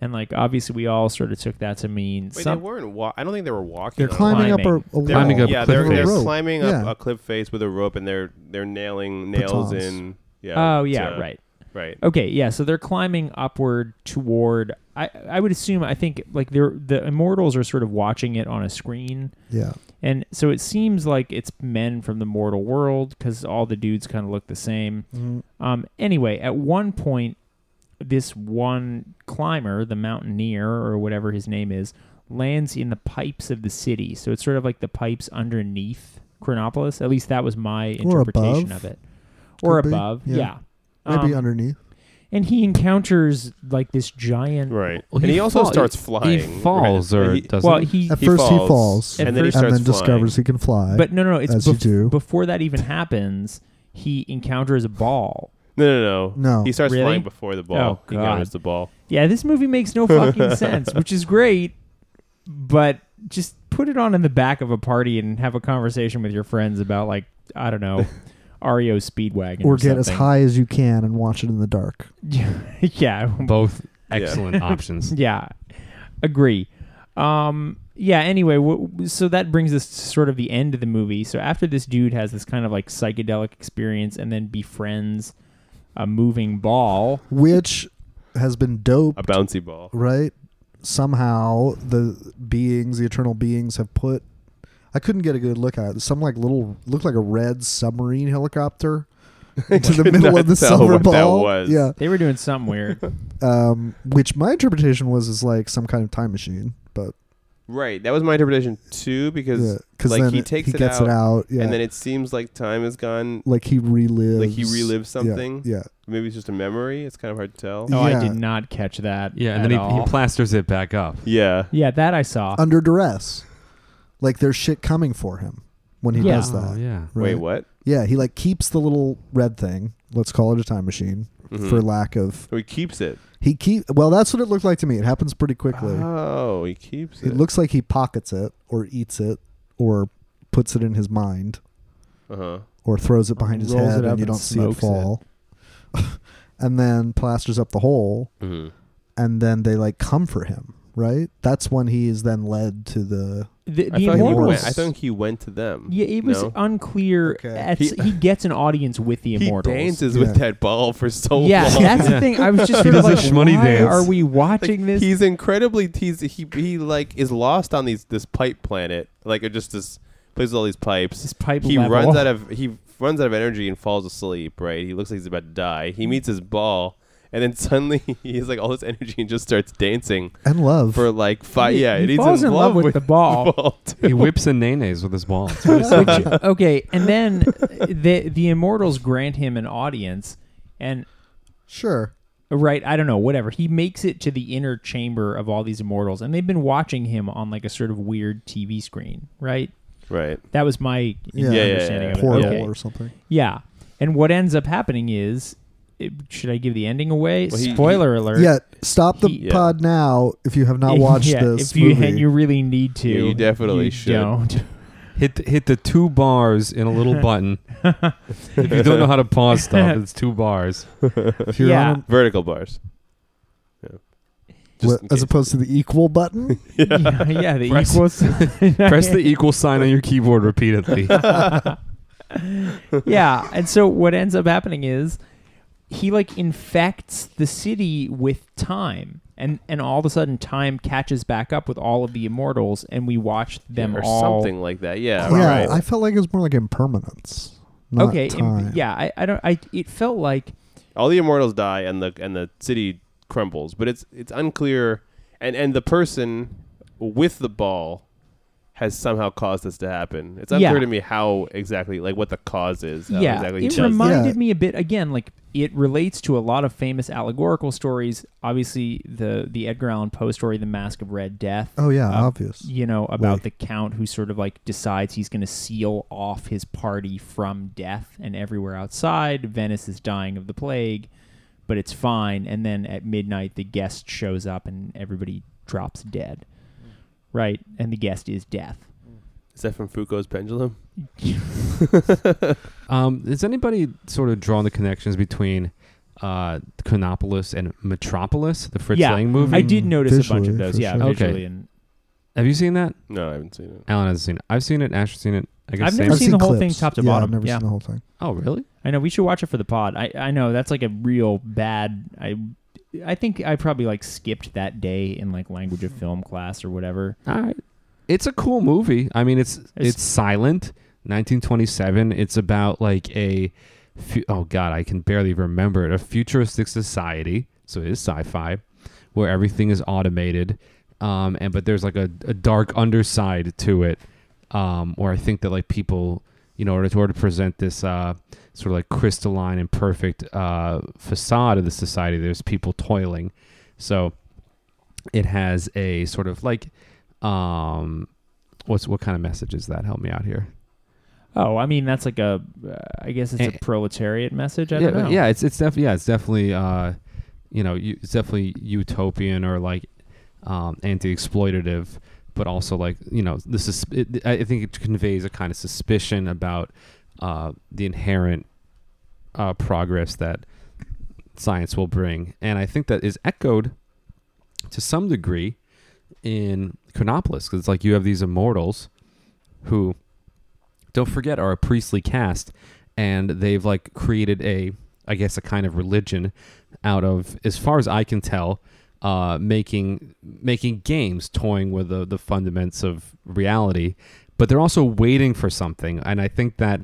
And like obviously, we all sort of took that to mean
Wait,
some.
they weren't. Wa- I don't think they were walking.
They're
though.
climbing, up
climbing.
a, a
They're-
Climbing
wall.
up
yeah,
a
they're,
cliff
they're
face.
climbing up
Yeah.
a cliff face with a rope, and they're they're nailing nails
Batons.
in. Yeah.
oh yeah,
to-
right.
Right.
Okay, yeah. So they're climbing upward toward. I I would assume. I think like they're the immortals are sort of watching it on a screen.
Yeah.
And so it seems like it's men from the mortal world because all the dudes kind of look the same.
Mm,
Um, anyway, at one point, this one climber, the mountaineer or whatever his name is, lands in the pipes of the city. So it's sort of like the pipes underneath Chronopolis. At least that was my
Or
interpretation of
above.
it. Or
Could be,
above,
yeah.
yeah.
Maybe
Um,
underneath.
and he encounters like this giant.
Right.
Well,
and he, also
fall-
starts
he-
flying.
He falls
right?
or
He-
doesn't.
Well, he
At
he
first he
falls,
falls,
At
and,
and then he
first-
starts
then discovers he can fly.
But no, no, no. It's
As you do.
before that even happens. He encounters a ball.
No, no, no.
No.
He starts
Really?
flying before the ball.
Oh,
he counters
God.
the ball.
Yeah, this movie makes no fucking sense, which is great, but just put it on in the back of a party and have a conversation with your friends about like I don't know, REO Speedwagon
or
or
get as
something.
high as you can and watch it in the dark.
yeah,
both excellent options.
yeah, agree. Um, yeah. Anyway, w- so that brings us to sort of the end of the movie. So after this dude has this kind of like psychedelic experience and then befriends a moving ball.
which has been dope,
A bouncy ball.
right? Somehow the beings, the eternal beings, have put. I couldn't get a good look at it. Some like little looked like a red submarine helicopter into the
could
middle
not
of the
tell
silver
what that
ball.
was.
Yeah,
They were doing something weird.
um, which my interpretation was is like some kind of time machine, but
Right. That was my interpretation too, because
because
like
then
he
it-
takes it,
gets
out,
it out, yeah,
and then it seems like time has gone.
like he relives,
Like he relives
yeah,
something.
Yeah,
Maybe it's just a memory. It's kind of hard to tell.
Oh, I
Yeah.
did not catch that.
Yeah,
at
and then he,
all.
he plasters it back up.
Yeah.
Yeah, that I saw.
under duress, like there's shit coming for him when he
Yeah.
does that.
Oh, yeah.
Wait,
right?
what?
Yeah, he like keeps the little red thing. Let's call it a time machine
Mhm.
for lack of
Oh, he keeps it.
he keep. Well, that's what it looked like to me. It happens pretty quickly.
Uh,
Oh, he keeps it.
it looks like he pockets it or eats it or puts it in his mind
Uh huh.
or throws it behind his
Rolls
head
it up
and you
and
don't see it
smokes it.
fall. and then plasters up the hole
Mm-hmm.
and then they like come for him, right? That's when he is then led to the
I
The, the
thought he
Immortals-
went.
immortals.
I think he went to them.
yeah, it was
No?
unclear.
Okay.
That's-
He-
He, gets an audience with the
He
immortals.
dances
Yeah.
with that ball for so
Yeah,
long.
that's the
Yeah.
thing. I was just
He
sort of
does a
like, why
shmoney dance.
are we
Like,
watching this?
He's incredibly he's he he like is lost on these this pipe planet. Like it just this plays with all these pipes.
This pipe
he
level.
runs out of he runs out of energy and falls asleep, right? He looks like he's about to die. He meets his ball and then suddenly he has like all this energy and just starts dancing
and love.
for like five
He-
yeah,
he
and he's
falls
in, love with,
the ball.
ball too.
He whips a nays with his ball. It's really
Which- okay, and then the the immortals grant him an audience, and
Sure.
right, I don't know, whatever. He makes it to the inner chamber of all these immortals, and they've been watching him on like a sort of weird TV screen, right?
Right.
That was my
Yeah. Yeah, yeah,
understanding
yeah.
of it.
Portal
Okay.
or something.
Yeah. And what ends up happening is, it, should I give the ending away?
Well, he-
Spoiler alert.
Yeah, stop the
He-
Yeah.
pod now if you have not watched
Yeah,
this
If you
movie.
and you really need to,
Yeah, you definitely
you
should.
Don't.
hit the, hit the two bars in a little button. if you don't know how to pause stuff, it's two bars.
If you're
yeah.
on
Vertical bars.
a,
Just in
as
case.
opposed to the equal button,
yeah, yeah, the
Press-
equals.
Press the equal sign on your keyboard repeatedly.
yeah, and so what ends up happening is he like infects the city with time, and and all of a sudden time catches back up with all of the immortals, and we watch them
or
all.
something like that. Yeah.
yeah,
Right.
I felt like it was more like impermanence. Not
Okay, im-
time.
yeah, I, I don't, I it felt like
all the immortals die and the and the city crumbles but it's it's unclear and and the person with the ball has somehow caused this to happen it's unclear
Yeah.
to me how exactly like what the cause is how
yeah,
exactly he
it
does
reminded
Yeah.
me a bit again. Like it relates to a lot of famous allegorical stories. Obviously, the the Edgar Allan Poe story, The Mask of Red Death.
Oh yeah,
uh,
obvious.
You know about
Way.
the count who sort of like decides he's going to seal off his party from death and everywhere outside. Venice is dying of the plague, but it's fine. And then at midnight, the guest shows up and everybody drops dead. Right, and the guest is death.
is that from foucault's pendulum
Hmm.
Um, is anybody sort of drawing the connections between uh, Chronopolis and Metropolis, the Fritz
yeah,
Lang movie.
I did notice a bunch of
Visually,
those.
for
Yeah,
sure.
Okay.
visually and
Have you seen that?
No, I haven't seen it.
Alan hasn't seen it. I've seen it. Ash has seen it. I guess
I've
Sam-
never seen the whole thing
clips.
top to
yeah,
bottom.
I've never
Yeah.
seen the whole thing.
Oh, really?
I know we should watch it for the pod. I I know that's like a real bad. I I think I probably like skipped that day in like language of film class or whatever.
All right. It's a cool movie. I mean, it's
It's-
it's, silent. 1927. It's about like a fu- oh god, I can barely remember it. A futuristic society. So it is sci-fi, where everything is automated. Um, and but there's like a, a dark underside to it, um, where I think that like people, you know, in order to, order to present this uh, sort of like crystalline and perfect uh, facade of the society, there's people toiling. So it has a sort of like um what's what kind of message is that help me out here
Oh, I mean that's like a. Uh, I guess it's a
Eh.
proletariat message. I
yeah
don't know.
yeah it's it's definitely yeah it's definitely uh you know you, it's definitely utopian or like um anti-exploitative but also like you know this is it, i think it conveys a kind of suspicion about uh the inherent uh progress that science will bring and i think that is echoed to some degree in Chronopolis because it's like you have these immortals who don't forget are a priestly caste and they've like created a I guess a kind of religion out of as far as I can tell uh, making making games toying with the, the fundaments of reality but they're also waiting for something and I think that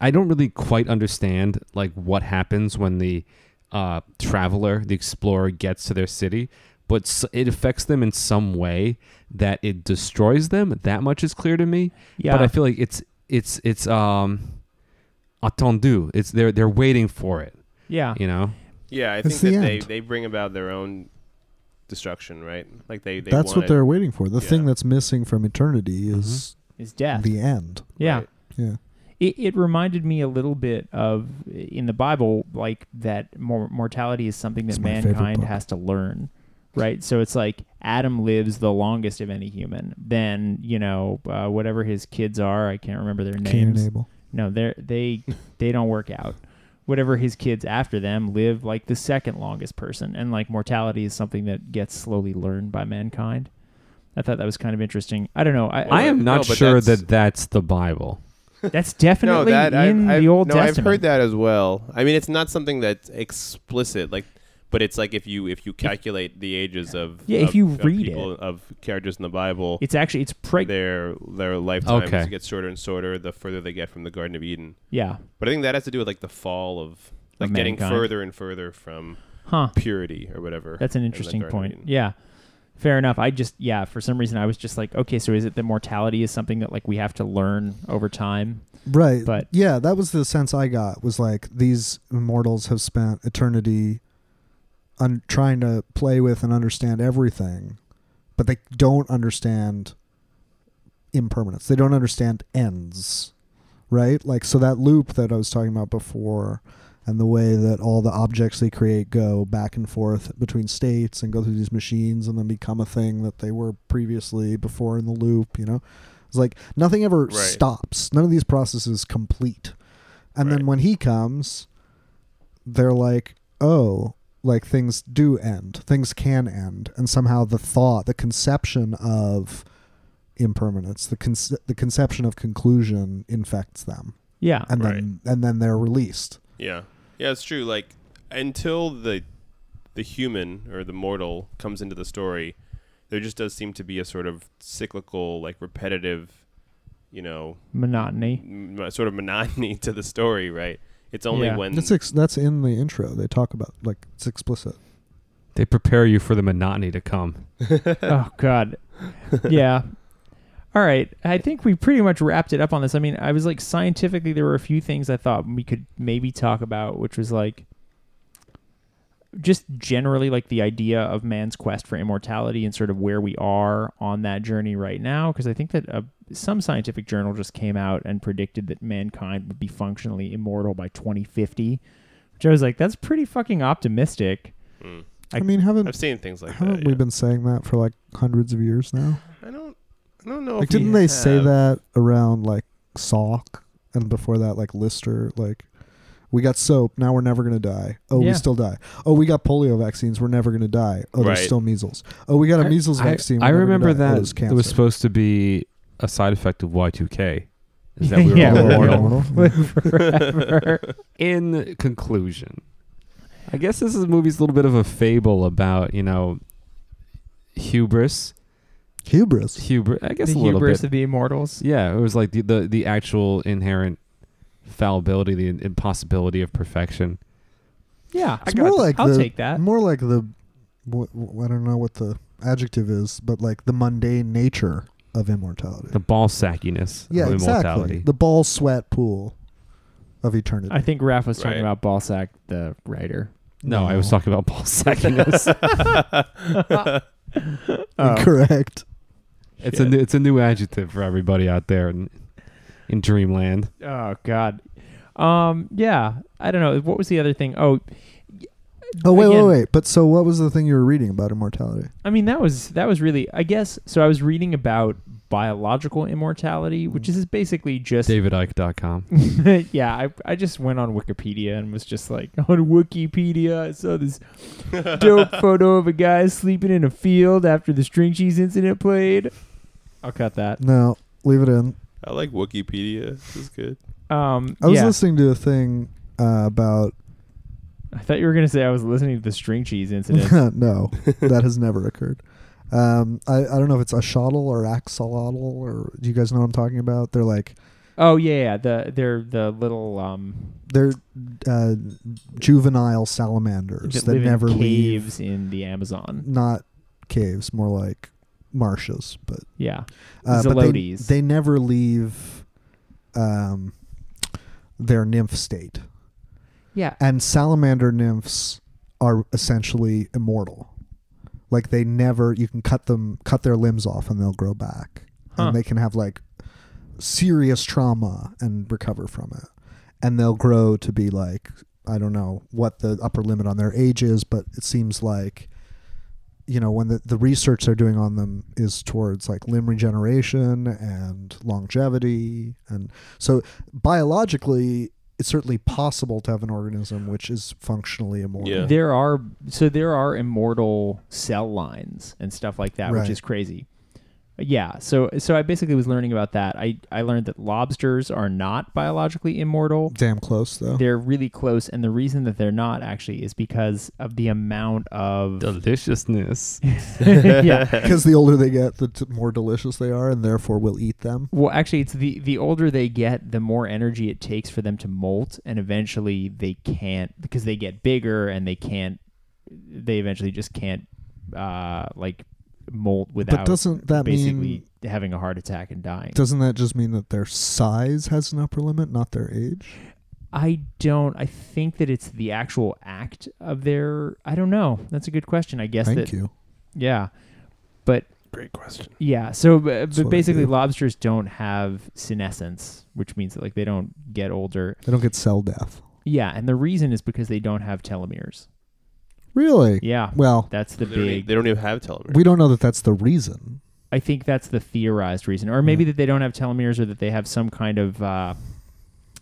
I don't really quite understand like what happens when the uh, traveler, the explorer, gets to their city, but s- it affects them in some way that it destroys them. That much is clear to me.
Yeah.
But I feel like it's it's it's um attendu. It's they're they're waiting for it.
yeah.
You know.
Yeah, I
That's
think that
the
they,
end.
they bring about their own destruction, right? Like they, they
that's
want
what
it.
they're waiting for. The thing
Yeah.
that's missing from eternity is
Is death.
the end.
yeah.
Right.
Yeah.
It, it reminded me a little bit of in the Bible, like that mor- mortality is something that
It's my favorite
mankind
book.
has to learn, right? So it's like Adam lives the longest of any human. Then you know uh, whatever his kids are, I can't remember their
Cain and
names.
Abel.
No, they they they don't work out. Whatever his kids after them live like the second longest person, and like mortality is something that gets slowly learned by mankind. I thought that was kind of interesting. I don't know. I,
I am
no,
not
but
sure
that's-
that that's the Bible.
That's definitely
no, that
in
I've, I've-
the Old
no,
Testament.
I've heard that as well. I mean, it's not something that's explicit, like, but it's like if you if you calculate the ages of
Yeah, if
of-
you
of
read
people, of characters in the Bible,
It's actually it's preg.
their their lifetimes
Okay.
get shorter and shorter the further they get from the Garden of Eden.
Yeah.
But I think that has to do with like the fall of like getting
mankind.
further and further from
Huh.
purity or whatever.
That's
in
an
the
interesting
Garden of
point.
Eden.
Yeah. Fair enough. I just yeah, for some reason I was just like, okay, so is it that mortality is something that like we have to learn over time?
Right.
But-
yeah, that was the sense I got was like these immortals have spent eternity un- trying to play with and understand everything, but they don't understand impermanence. They don't understand ends. Right? Like so that loop that I was talking about before and the way that all the objects they create go back and forth between states and go through these machines and then become a thing that they were previously before in the loop, you know? It's like nothing ever
Right.
stops. None of these processes complete. And then
Right.
when he comes, they're like, oh, like things do end, things can end. And somehow the thought, the conception of impermanence, the, conce- the conception of conclusion infects them.
Yeah.
And then and then they're released.
Yeah. Yeah, it's true. Like until the the human or the mortal comes into the story, there just does seem to be a sort of cyclical, like repetitive, you know,
Monotony.
m- sort of monotony to the story, right? It's only
Yeah.
when
That's ex- that's in the intro. They talk about like it's explicit.
They prepare you for the monotony to come.
oh god. Yeah. All right. I think we pretty much wrapped it up on this. I mean, I was like scientifically there were a few things I thought we could maybe talk about, which was like just generally like the idea of man's quest for immortality and sort of where we are on that journey right now because i think that uh, some scientific journal just came out and predicted that mankind would be functionally immortal by 2050 which i was like that's pretty fucking optimistic I-
I, mean, haven't
I've seen things like
haven't
that.
we
yeah.
been saying that for like hundreds of years now?
I don't I don't know
Like,
if Oh, we
didn't they say
have-
that around like Salk and before that like Lister? Like, We got soap. Now we're never gonna die. Oh,
Yeah.
we still die. Oh, we got polio vaccines. We're never gonna die. Oh, there's
Right.
still measles. Oh, we got a measles
I,
vaccine.
I
We're never gonna
remember
die. Oh,
that
there's
it was
cancer.
supposed to be a side effect of Y2K. Is that we were
Yeah,
all
we're
immortal.
all live forever.
in conclusion, I guess this is movie's a little bit of a fable about you know hubris,
Hubris.
hubris. I
the
guess a little
hubris
bit.
of the immortals.
yeah, it was like the, the the actual inherent fallibility, the impossibility of perfection.
Yeah,
It's more like
I'll
the,
take that.
More like the, wh- wh- I don't know what the adjective is, but like the mundane nature of immortality.
The ball sackiness
yeah,
of
exactly.
immortality.
The ball sweat pool of eternity.
I think Raph was talking
Right.
about Balsack, the writer.
no, I was talking about ball sackiness.
uh,
Correct.
it's a new, it's a new adjective for everybody out there in, in dreamland.
Oh God. Um. Yeah. I don't know. What was the other thing? Oh,
Oh wait,
Again-
wait, wait. But so what was the thing you were reading about immortality?
I mean, that was that was really. I guess so. I was reading about biological immortality, which is basically just.
DavidIke.com.
yeah, I I just went on Wikipedia and was just like on Wikipedia. I saw this dope photo of a guy sleeping in a field after the string cheese incident played. I'll cut that.
No, leave it in.
I like Wikipedia. This is good.
Um.
I was
yeah.
listening to a thing uh, about
I thought you were gonna say I was listening to the string cheese incident.
no, that has never occurred. Um, I, I don't know if it's a shuttle or axolotl or do you guys know what I'm talking about? They're like
oh yeah, yeah. The they're the little um
they're uh, juvenile salamanders
that
that,
live
never
in
leave.
caves in the Amazon.
Not caves, more like marshes, but
Yeah.
uh, but they,
Zelotes.
they never leave um, their nymph state.
Yeah.
and salamander nymphs are essentially immortal. Like they never, you can cut them, cut their limbs off, and they'll grow back,
Huh.
and they can have like serious trauma and recover from it, and they'll grow to be like I don't know what the upper limit on their age is, but it seems like you know when the, the research they're doing on them is towards like limb regeneration and longevity and so biologically it's certainly possible to have an organism which is functionally immortal
Yeah.
There are so there are immortal cell lines and stuff like that, which
Right.
is crazy. Yeah, so so I basically was learning about that. I I learned that lobsters are not biologically immortal.
damn close though
They're really close, and the reason that they're not actually is because of the amount of
Deliciousness.
yeah.
because the older they get the t- more delicious they are and therefore we'll eat them
Well, actually, it's the the older they get, the more energy it takes for them to molt, and eventually they can't because they get bigger and they can't. They eventually just can't uh, like molt without.
doesn't that
basically
mean-
having a heart attack and dying?
doesn't that just mean that their size has an upper limit not their age
I don't. I think that it's the actual act of their. I don't know. That's a good question. I guess
thank
that
you
yeah, but
Great question.
Yeah. So, b- but,
what I
basically,
do.
lobsters don't have senescence, which means that like they don't get older.
they don't get cell death
Yeah, and the reason is because they don't have telomeres.
really
Yeah.
well
that's the
They don't, even,
big.
e, they don't even have telomeres.
we don't know that that's the reason
I think that's the theorized reason, or
Hmm.
maybe that they don't have telomeres, or that they have some kind of uh,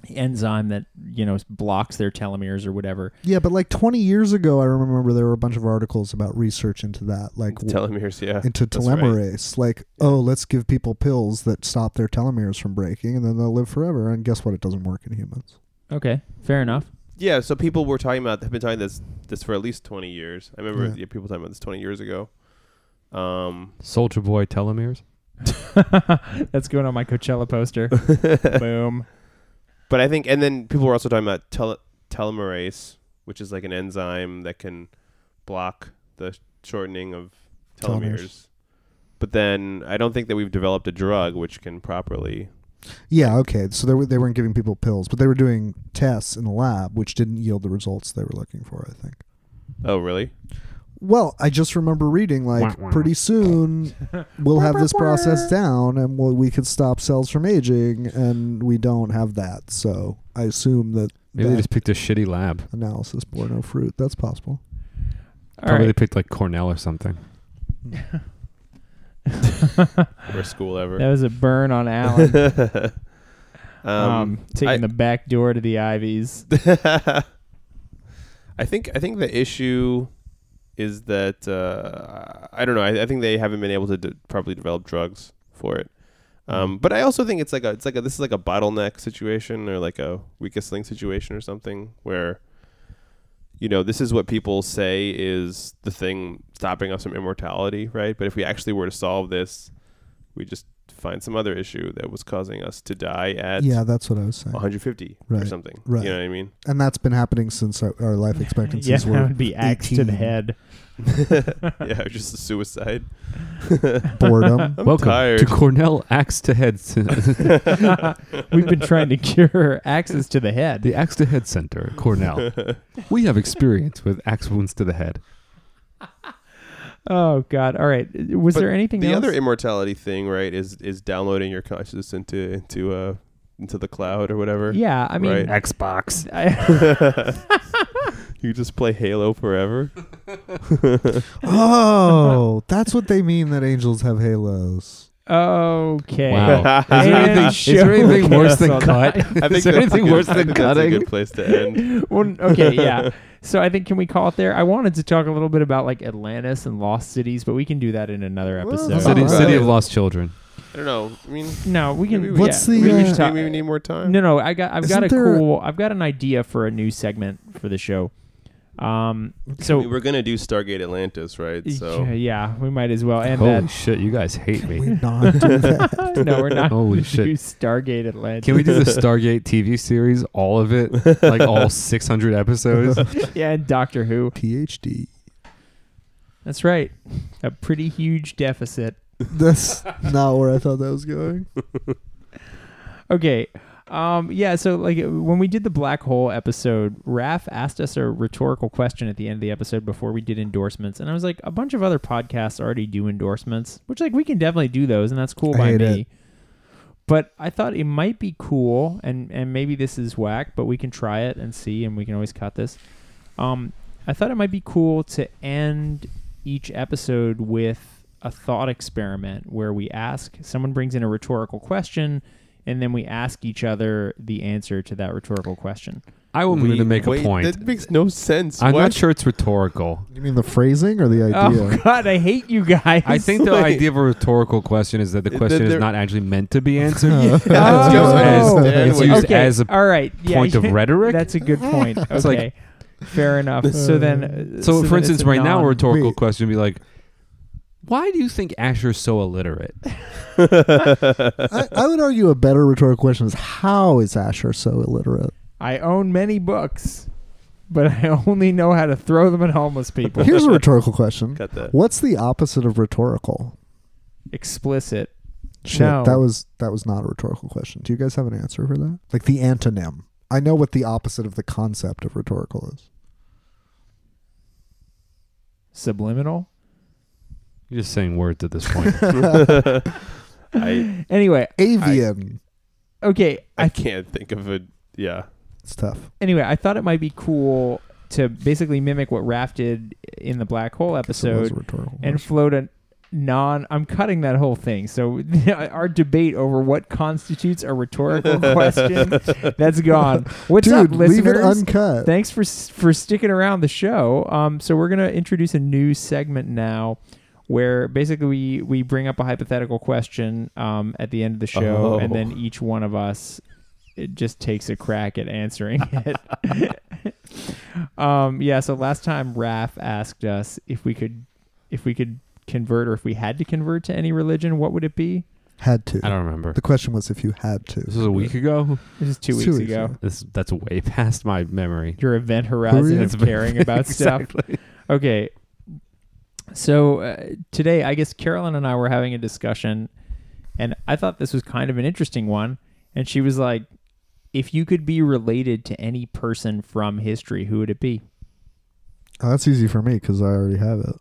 enzyme that you know blocks their telomeres or whatever.
Yeah, but like 20 years ago, I remember there were a bunch of articles about research into that, like w-
telomeres, yeah.
into
That's right.
telomerase. Like, oh, let's give people pills that stop their telomeres from breaking, and then they'll live forever. And guess what? It doesn't work in humans.
Okay, fair enough.
Yeah, so people were talking about have been talking this this for at least twenty years. I remember
Yeah.
yeah, people talking about this twenty years ago. Um,
Soldier Boy telomeres.
that's going on my Coachella poster. Boom.
but I think, and then people were also talking about tel- telomerase, which is like an enzyme that can block the shortening of telomeres.
Telomeres.
But then I don't think that we've developed a drug which can properly.
Yeah, okay. So they, were, they weren't giving people pills, but they were doing tests in the lab, which didn't yield the results they were looking for, I think.
Oh, really?
Well, I just remember reading like pretty soon we'll have this process down and we'll, we can stop cells from aging, and we don't have that. So I assume that
Maybe
that
they just picked a shitty lab.
analysis bore no fruit. That's possible.
All right.
Probably they picked like Cornell or something.
Worst school
That
ever.
was a burn on Alan.
Um,
um, taking
I-
the back door to the Ivies.
I think I think the issue is that uh, I don't know. I, I think they haven't been able to de- properly develop drugs for it.
Hmm.
Um, but I also think it's like a it's like a this is like a bottleneck situation or like a weakest link situation or something where you know this is what people say is the thing stopping us from immortality, right? But if we actually were to solve this, we just find some other issue that was causing us to die at
yeah, that's what I was saying.
150 or
Right,
something.
right.
You know what I mean?
And that's been happening since our, our life
Yeah,
expectancies
that
were
would be axe to the
18.
head.
yeah, just a suicide.
boredom.
I'm
Welcome
tired.
to Cornell Axe to Head. Cen-
We've been trying to cure axes to the head.
the Axe to Head Center, at Cornell. we have experience with axe wounds to the head.
Oh God! All right. Was
But
there anything
the
else?
other immortality thing, right, is is downloading your consciousness into into uh into the cloud or whatever.
yeah, I mean,
Right.
Xbox.
I,
You just play Halo forever.
oh, that's what they mean that angels have halos.
okay.
Wow. Is
And
there anything, is there
show
anything worse than
cancel.
cut?
I
Is there
that's a
anything
good-
worse
I
than
think That's a
cutting?
good place to end.
well, okay, yeah. So I think can we call it there? I wanted to talk a little bit about like Atlantis and lost cities, but we can do that in another
Well,
episode.
that's
City,
Alright.
City of Lost Children.
I don't know. I mean,
No, we
Maybe
can.
we-
What's
yeah,
the,
maybe,
we can
uh,
we,
just
should-
talk-
maybe we need more time.
No, no. I got. I've got
Isn't
a
there-
cool. I've got an idea for a new segment for the show. Um.
I mean,
So.
we're gonna do Stargate Atlantis, right? So
Yeah, we might as well. And
Holy
that.
shit, you guys hate
we
me.
not do that.
no, we're not.
Holy
gonna
shit.
do Stargate Atlantis.
Can we do the Stargate TV series, all of it, like all 600 episodes?
yeah, and Doctor Who.
PhD.
That's right. A pretty huge deficit.
That's not where I thought that was going.
Okay. Um, yeah, so like when we did the black hole episode, Raf asked us a rhetorical question at the end of the episode before we did endorsements, and I was like, a bunch of other podcasts already do endorsements, which like we can definitely do those, and that's cool
I
by
hate
me.
it.
But I thought it might be cool, and and maybe this is whack, but we can try it and see, and we can always cut this. Um, I thought it might be cool to end each episode with a thought experiment where we ask someone brings in a rhetorical question and then we ask each other the answer to that rhetorical question.
I will
we
move to make a
wait,
point.
That makes no sense.
I'm
What?
not sure it's rhetorical.
You mean the phrasing or the idea?
Oh god, I hate you guys.
I think the idea of a rhetorical question is that the
Th-
question is
there-
not actually meant to be answered.
Oh.
It's used as-
Oh.
it's
Okay.
used as a
all right. yeah,
point of rhetoric.
That's a good point. Okay.
like-
Fair enough. So then uh,
so,
then
for
it's
instance,
a
right now, a
non-
rhetorical
Wait.
question would be like, why do you think Asher's so illiterate?
I, I would argue a better rhetorical question is how is Asher so illiterate?
I own many books, but I only know how to throw them at homeless people.
Here's a rhetorical question.
Cut that.
What's the opposite of rhetorical?
Explicit.
Shit,
No.
that was that was not a rhetorical question. Do you guys have an answer for that? Like the antonym. I know what the opposite of the concept of rhetorical is.
Subliminal.
You're just saying words at this point.
I
Anyway,
Avian.
okay.
I
I
can't think of a yeah.
it's tough.
anyway, I thought it might be cool to basically mimic what Raph did in the black hole
So it was
episode
a rhetorical
and
question.
float a non I'm cutting that whole thing. So our debate over what constitutes a rhetorical question that's gone. What's
Dude,
up
leave it
listeners?
uncut.
Thanks for s- for sticking around the show. Um so we're going to introduce a new segment now where basically we, we bring up a hypothetical question um, at the end of the show
Oh.
and then each one of us it just takes a crack at answering it. um, yeah. So last time, Raf asked us if we could, if we could convert or if we had to convert to any religion, what would it be?
had to.
I don't remember.
The question was if you had
This
to.
was a week ago.
This is two
It's
weeks
two weeks
ago.
ago.
This that's way past my memory.
Your event horizon
That's
of caring about stuff.
exactly.
Okay. So uh, today, I guess Carolyn and I were having a discussion, and I thought this was kind of an interesting one. And she was like, "If you could be related to any person from history, who would it be?"
Oh, that's easy for me because I already have it.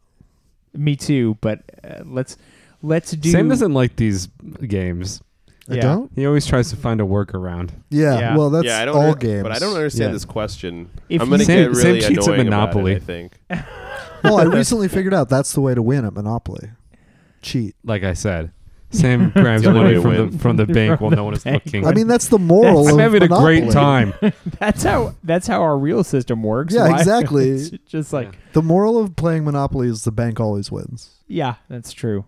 Me too, but uh, let's let's do.
Sam doesn't like these games.
I
Yeah.
don't?
He always tries to find a workaround.
Yeah.
Yeah.
Well that's
yeah, I don't
all
under-
games.
But I don't understand
Yeah.
this question.
If
I'm gonna
you-
Same-
get
same
really
cheats at
annoying
Monopoly.
About it, I think.
well, I recently figured out that's the way to win at Monopoly. Cheat.
Like I said, Sam grabs
the only way to
money from the
win.
from the bank while no one is
From the bank.
looking.
I mean, that's the moral.
That's-
I'm
of
having a great
Monopoly.
time.
That's how that's how our real system works.
Yeah, exactly.
it's just like
The moral of playing Monopoly is the bank always wins,
yeah, that's true.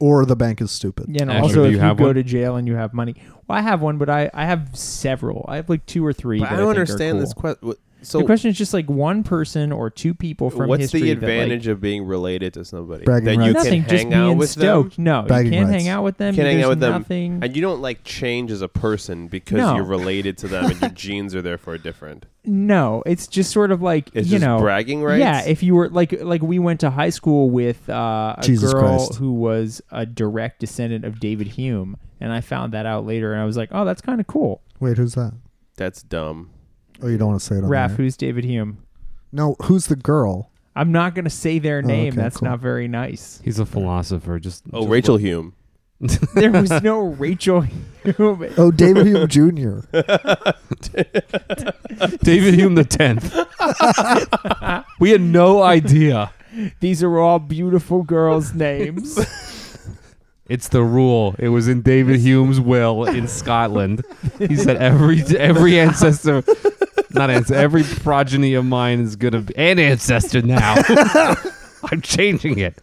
or the bank is stupid.
Yeah, and
Ashley,
also
do
if
you
you,
have
go
one?
to jail and you have money. Well, I have one, but I I have several. I have like two or three.
But
that
I don't
think are
understand this
cool.
question. So,
the question is just like one person or two people from
what's
history
the
that, like,
advantage of being related to somebody
Bragging
that
rights.
you
nothing.
can
just
hang
being
out with
stoked.
them?
No, you
Bagging
can't
rights.
hang out with them.
Can't hang
There's
out with
nothing.
them, and you don't like change as a person because
No.
you're related to them, and your genes are therefore different.
No, it's just sort of like
It's
you
just
know
bragging rights.
Yeah, if you were like like we went to high school with uh, a
Jesus
girl
Christ.
who was a direct descendant of David Hume, and I found that out later, and I was like, oh, that's kind of cool.
Wait, who's that?
that's dumb.
Oh, you don't want to say it on
Raph,
there.
who's David Hume?
No, who's the girl?
I'm not gonna say their name.
Oh, okay,
that's
cool.
not very nice.
He's a philosopher. Just
Oh,
just
Rachel
look.
Hume.
There was no Rachel Hume.
Oh, David Hume Jr.
David Hume the tenth. we had no idea.
These are all beautiful girls' names.
It's the rule. It was in David Hume's will in Scotland. He said every every ancestor, not ancestor, every progeny of mine is gonna be an ancestor now. I'm changing it.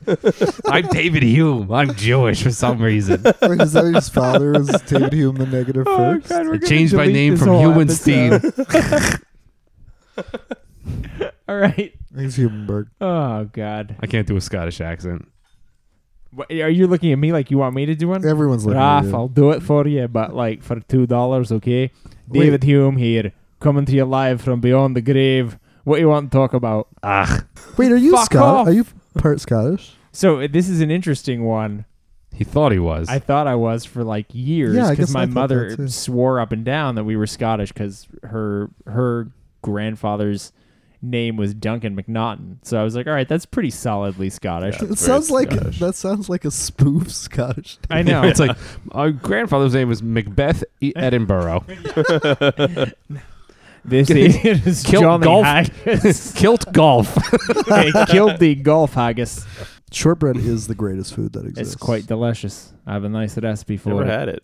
I'm David Hume. I'm Jewish for some reason.
Wait, is that his father? Is David Hume the negative
Oh,
first?
God, we're
I
gonna
changed my
delete
name
this
from
whole
Humanstein.
episode. all right.
He's Humenberg.
Oh God.
I can't do a Scottish accent.
What, are you looking at me like you want me to do one?
Everyone's looking at
Raph,
you.
I'll do it for you, but like for two dollars, okay?
Wait.
David Hume here, coming to you live from beyond the grave. What you want to talk about?
Ah,
Wait, are you
Fuck off.
Scott? Are you part Scottish?
So uh, this is an interesting one.
he thought he was.
I thought I was for like years
Yeah, I
because
guess
my
I thought that
mother
too.
swore up and down that we were Scottish because her her grandfather's name was Duncan McNaughton. So I was like, all right, that's pretty solidly Scottish.
It sounds like that sounds like a spoof Scottish.
I know.
it's like my grandfather's name was Macbeth E- Edinburgh.
this is
Kilt
Johnny
golf.
Haggis.
Kilt golf.
They killed the golf haggis.
Shortbread is the greatest food that exists.
It's quite delicious. I have a nice recipe for
Never
it.
had it.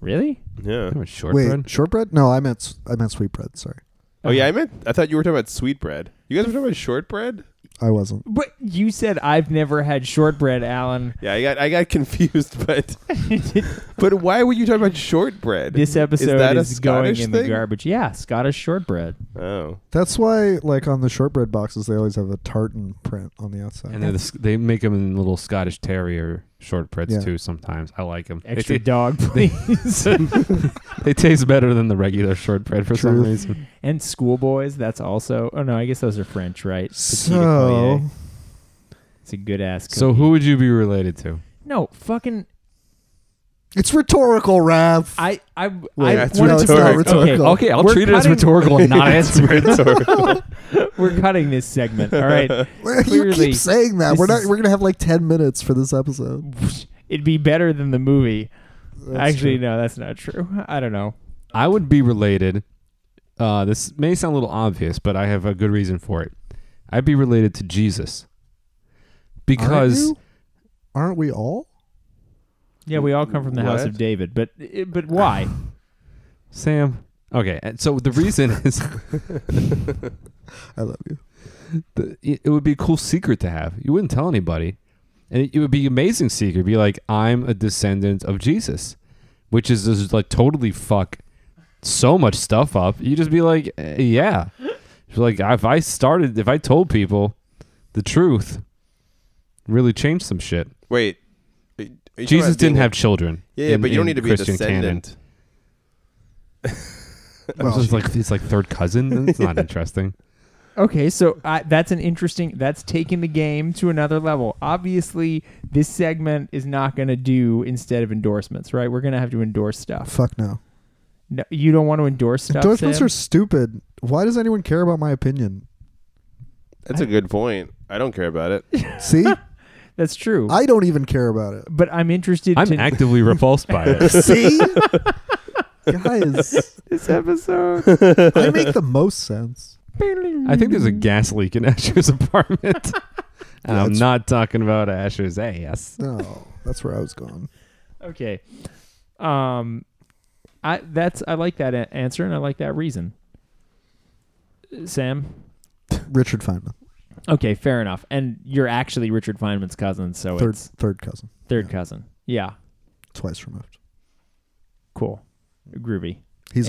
Really?
Yeah.
Wait,
Shortbread.
shortbread? No, I meant s- I meant sweet bread. Sorry,
Oh yeah, I meant. I thought you were talking about sweetbread. You guys were talking about shortbread.
I wasn't.
But you said I've never had shortbread, Alan.
Yeah, I got I got confused, but but why were you talking about shortbread?
This episode
that a
is, going
Scottish
in the
thing?
garbage. Yeah, Scottish shortbread.
oh,
That's why, like on the shortbread boxes, they always have a tartan print on the outside.
And they're the, s- they make them in little Scottish Terrier shortbreads
Yeah.
too. Sometimes I like them.
Extra
they, ta-
dog, please.
they taste better than the regular shortbread for some
Truth.
reason.
and schoolboys, that's also. Oh, no, I guess those are French, right? Petit
so,
Ecolier. It's a good ass.
So who would you be related to?
No, fucking.
it's rhetorical, Raph.
I. I,
Wait,
I
it's
wanted
no,
to
it's not
Okay,
rhetorical.
Okay, I'll
We're
treat it as
cutting-
rhetorical and not answer.
oh, We're cutting this segment. All right.
you
clearly,
keep saying that.
this
We're not.
is-
We're gonna have like ten minutes for this episode.
It'd be better than the movie.
That's
Actually,
true.
no, that's not true. I don't know.
I would be related. Uh, this may sound a little obvious, but I have a good reason for it. I'd be related to Jesus because
aren't, you? Aren't we all?
Yeah, we all come from the house
What?
of David, but eh, but why?
Sam. Okay, and so the reason is
I love you.
the, it it would be a cool secret to have. You wouldn't tell anybody, and it, it would be an amazing secret. Be like, I'm a descendant of Jesus, which is just like totally fuck so much stuff up. You just be like, eh, yeah, It's like if I started, if I told people the truth, really changed some shit.
wait. Are you talking
Jesus
about being
didn't
a-
have children.
Yeah, yeah,
in-
but you
in
don't need to be a
Christian
descendant.
Canon. It's just like he's like third cousin. That's not interesting.
Okay, so I, that's an interesting. That's taking the game to another level. Obviously, this segment is not going to do instead of endorsements, right? We're going to have to endorse stuff.
fuck no.
No, you don't want to endorse stuff.
Endorsements
Sam?
are stupid. Why does anyone care about my opinion?
That's a good point. I don't care about it.
See,
that's true.
I don't even care about it.
but I'm interested.
I'm
to,
actively repulsed by it.
See, guys,
this episode.
I make the most sense.
Mm.
I think there's a gas leak in Asher's apartment. And I'm not talking about Asher's ass.
No, that's where I was going.
Okay. Um, I that's I like that a- answer and I like that reason. Sam.
Richard Feynman,
Okay, fair enough. And you're actually Richard Feynman's cousin, so
third
it's
third cousin,
third
yeah.
cousin. Yeah,
twice removed.
cool, groovy.
He's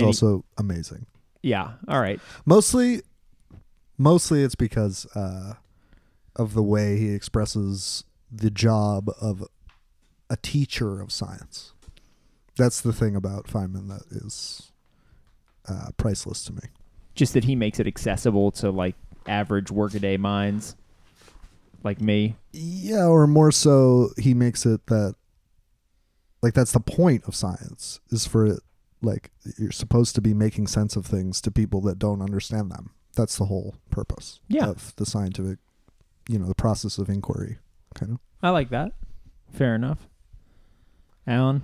And he-
also amazing.
Yeah. All right.
Mostly, mostly it's because uh, of the way he expresses the job of a teacher of science. That's the thing about Feynman that is uh, priceless to me.
Just that he makes it accessible to like average workaday minds, like me.
Yeah, or more so, he makes it that, like, that's the point of science is for it, like, you're supposed to be making sense of things to people that don't understand them. That's the whole purpose
Yeah.
of the scientific, you know, the process of inquiry, kind of.
I like that. Fair enough. Alan,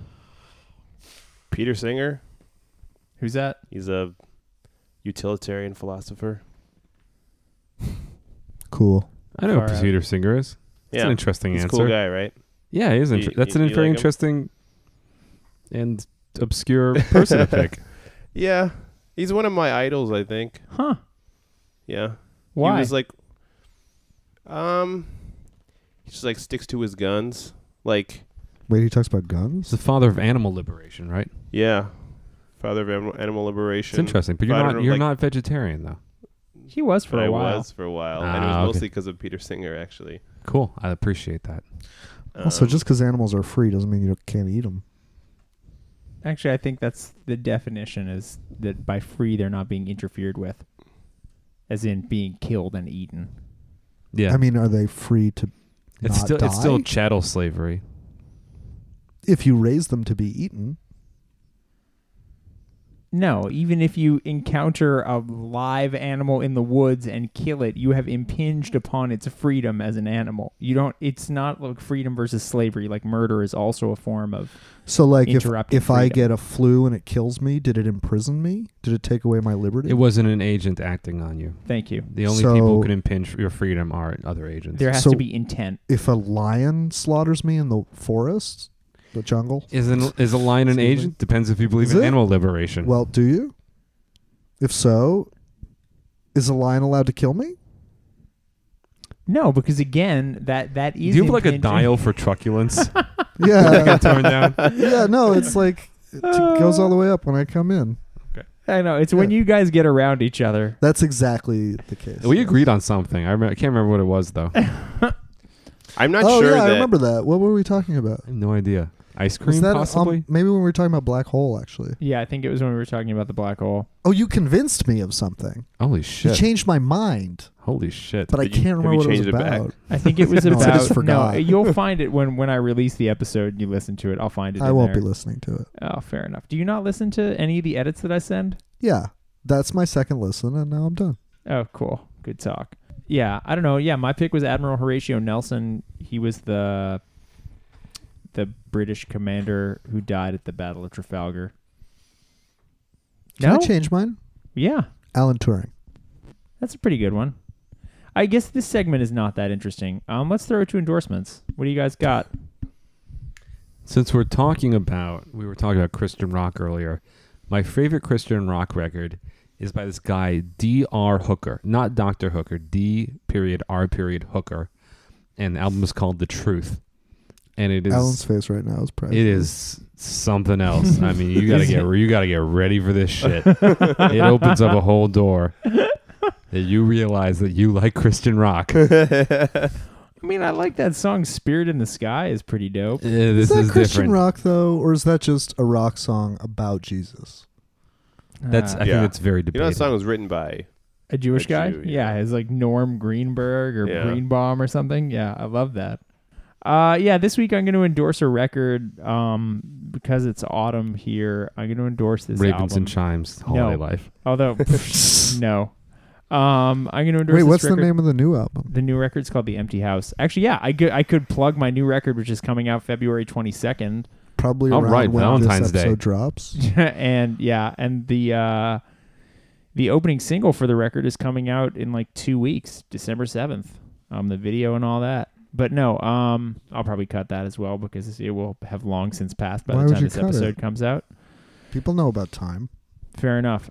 Peter Singer.
who's that?
He's a utilitarian philosopher.
Cool.
I know
Far
who
out.
Peter Singer is. That's
yeah,
an interesting
he's a
answer.
cool guy, right?
Yeah, he is.
You-
Inter- that's
you-
an
you
very
like him?
interesting and obscure person to pick.
Yeah, he's one of my idols. I think.
Huh?
Yeah.
Why?
He was like, um, he just like sticks to his guns. Like,
Wait, he talks about
He's
guns?
the father of animal liberation, right?
yeah, father of animal, animal
It's
liberation.
interesting, but you're
Father
not
of,
you're
like-
not vegetarian though.
he was for
But I
a while.
was for a while, and it was
Ah, okay.
mostly because of Peter Singer, actually.
Cool, I appreciate that.
also,
Um,
just because animals are free doesn't mean you can't eat them.
Actually, I think that's the definition is that by free they're not being interfered with, as in being killed and eaten.
Yeah,
I mean, are they free to
it's
not
still
die?
it's still chattel slavery.
if you raise them to be eaten,
No, even if you encounter a live animal in the woods and kill it, you have impinged upon its freedom as an animal. You don't. It's not like freedom versus slavery. Like murder is also a form of.
So like if
Interrupted
if I
freedom.
get a flu and it kills me, did it imprison me? Did it take away my liberty?
It wasn't an agent acting on you.
Thank you.
The only people
So-
who can impinge your freedom are other agents.
There has
So-
to be intent.
if a lion slaughters me in the forest, the jungle.
Is an is a lion an
Excuse me.
agent? Depends if you believe
Is
in
it?
animal liberation.
Well, do you? If so, is a lion allowed to kill me?
No, because again, that that
do
is.
you have like a
impinging-
dial for truculence?
Yeah,
Turn down.
yeah. No, it's like it goes all the way up when I come in.
I know. It's when
Yeah.
you guys get around each other.
That's exactly the case.
We agreed on something. I, remember, I can't remember what it was though. I
I'm not
oh
sure
yeah,
that
I remember that. What were we talking about?
have no idea. Ice
Was
cream,
that um,
possibly.
maybe when we were talking about black hole? Actually,
Yeah, I think it was when we were talking about the black hole.
oh, you convinced me of something.
Holy
You
shit!
changed my mind,
Holy shit!
but I
Did you-
can't
have
remember
you
what it was
changed it back?
about.
I think it was
No, I
about.
just forgot.
No, you'll find it when when I release the episode. and You listen to it. I'll find it.
I
in
won't
there.
be listening to it.
Oh, fair enough. Do you not listen to any of the edits that I send?
Yeah, that's my second listen, and now I'm done.
Oh, cool. Good talk. Yeah, I don't know. Yeah, my pick was Admiral Horatio Nelson. He was the the British commander who died at the Battle of Trafalgar.
Can
no?
I change mine?
Yeah,
Alan Turing.
that's a pretty good one. I guess this segment is not that interesting. Um, let's throw it to endorsements. What do you guys got?
Since we're talking about, we were talking about Christian rock earlier. My favorite Christian rock record is by this guy D. R. Hooker, not Doctor Hooker. D. Period R. Period Hooker, and the album is called The Truth, and it is
Alan's face right now is private.
it is something else. I mean, you gotta get you gotta get ready for this shit. it opens up a whole door that you realize that you like Christian rock. Uh,
I mean, I like that song "Spirit in the Sky" is pretty dope.
this
Is that
is
Christian
different.
rock though, or is that just a rock song about Jesus?
That's I
Uh,
Yeah.
think it's very
you know
debatable.
that song was written by.
A Jewish
A
guy?
Jew,
yeah.
yeah.
it's like Norm Greenberg or
Yeah.
Greenbaum or something. Yeah, I love that. Uh, yeah, this week I'm going to endorse a record um, because it's autumn here. I'm going to endorse this
Ravens
album.
and Chimes, Holiday
No.
Life.
Although, no. Um, I'm going to endorse
Wait,
this
what's
record.
the name of the new album?
The new record's called The Empty House. Actually, yeah, I could, I could plug my new record, which is coming out February 22nd.
Probably
All
around
right,
when
Valentine's
this
Day.
episode drops.
and yeah, and the uh, the opening single for the record is coming out in like two weeks, December seventh. um, the video and all that. But no, um, I'll probably cut that as well because it will have long since passed by
Why
the
would
time
you
this
cut
episode
it?
comes out.
People know about time.
Fair enough.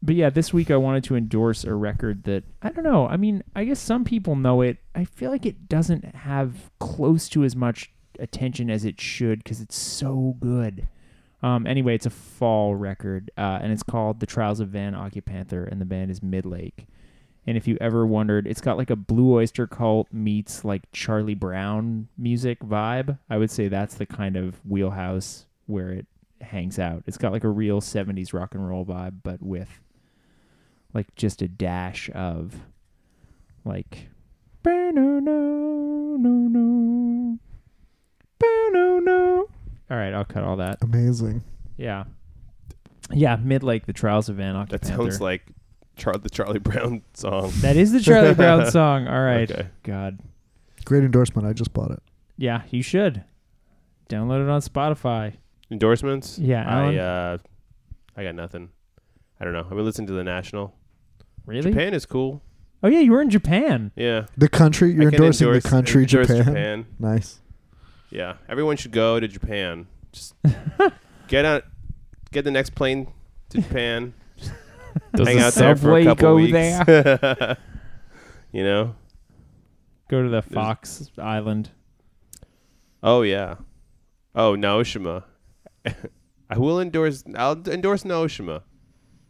But yeah, this week I wanted to endorse a record that I don't know. I mean, I guess some people know it. I feel like it doesn't have close to as much attention as it should because it's so good. Um, anyway, it's a fall record, uh, and it's called "The Trials of Van Occupanther," and the band is Midlake. And if you ever wondered, it's got like a Blue Oyster Cult meets like Charlie Brown music vibe. I would say that's the kind of wheelhouse where it hangs out. It's got like a real 70s rock and roll vibe, but with like just a dash of like. "Ba-no-no-no-no, ba-no-no." All right, I'll cut all that.
Amazing.
Yeah. Yeah, mid like the Trials of Van Occupanther.
That sounds like Char- the Charlie Brown song.
That is the Charlie Brown song. All right.
Okay.
God.
Great endorsement. I just bought it.
Yeah, you should. Download it on Spotify.
Endorsements?
Yeah,
I
Alan?
uh, I got nothing. I don't know. I've been listening to the National.
Really?
Japan is cool.
Oh yeah, you were in Japan.
Yeah,
The country you're
I can
endorsing
endorse-
the country
endorse
Japan.
Japan.
Nice.
Yeah, everyone should go to Japan. Just get on, get the next plane to Japan.
Does
hang
the
out there for
subway
a couple
go
weeks.
there?
you know?
Go to the Fox Island.
Oh yeah. Oh Naoshima. I will endorse. I'll endorse Naoshima.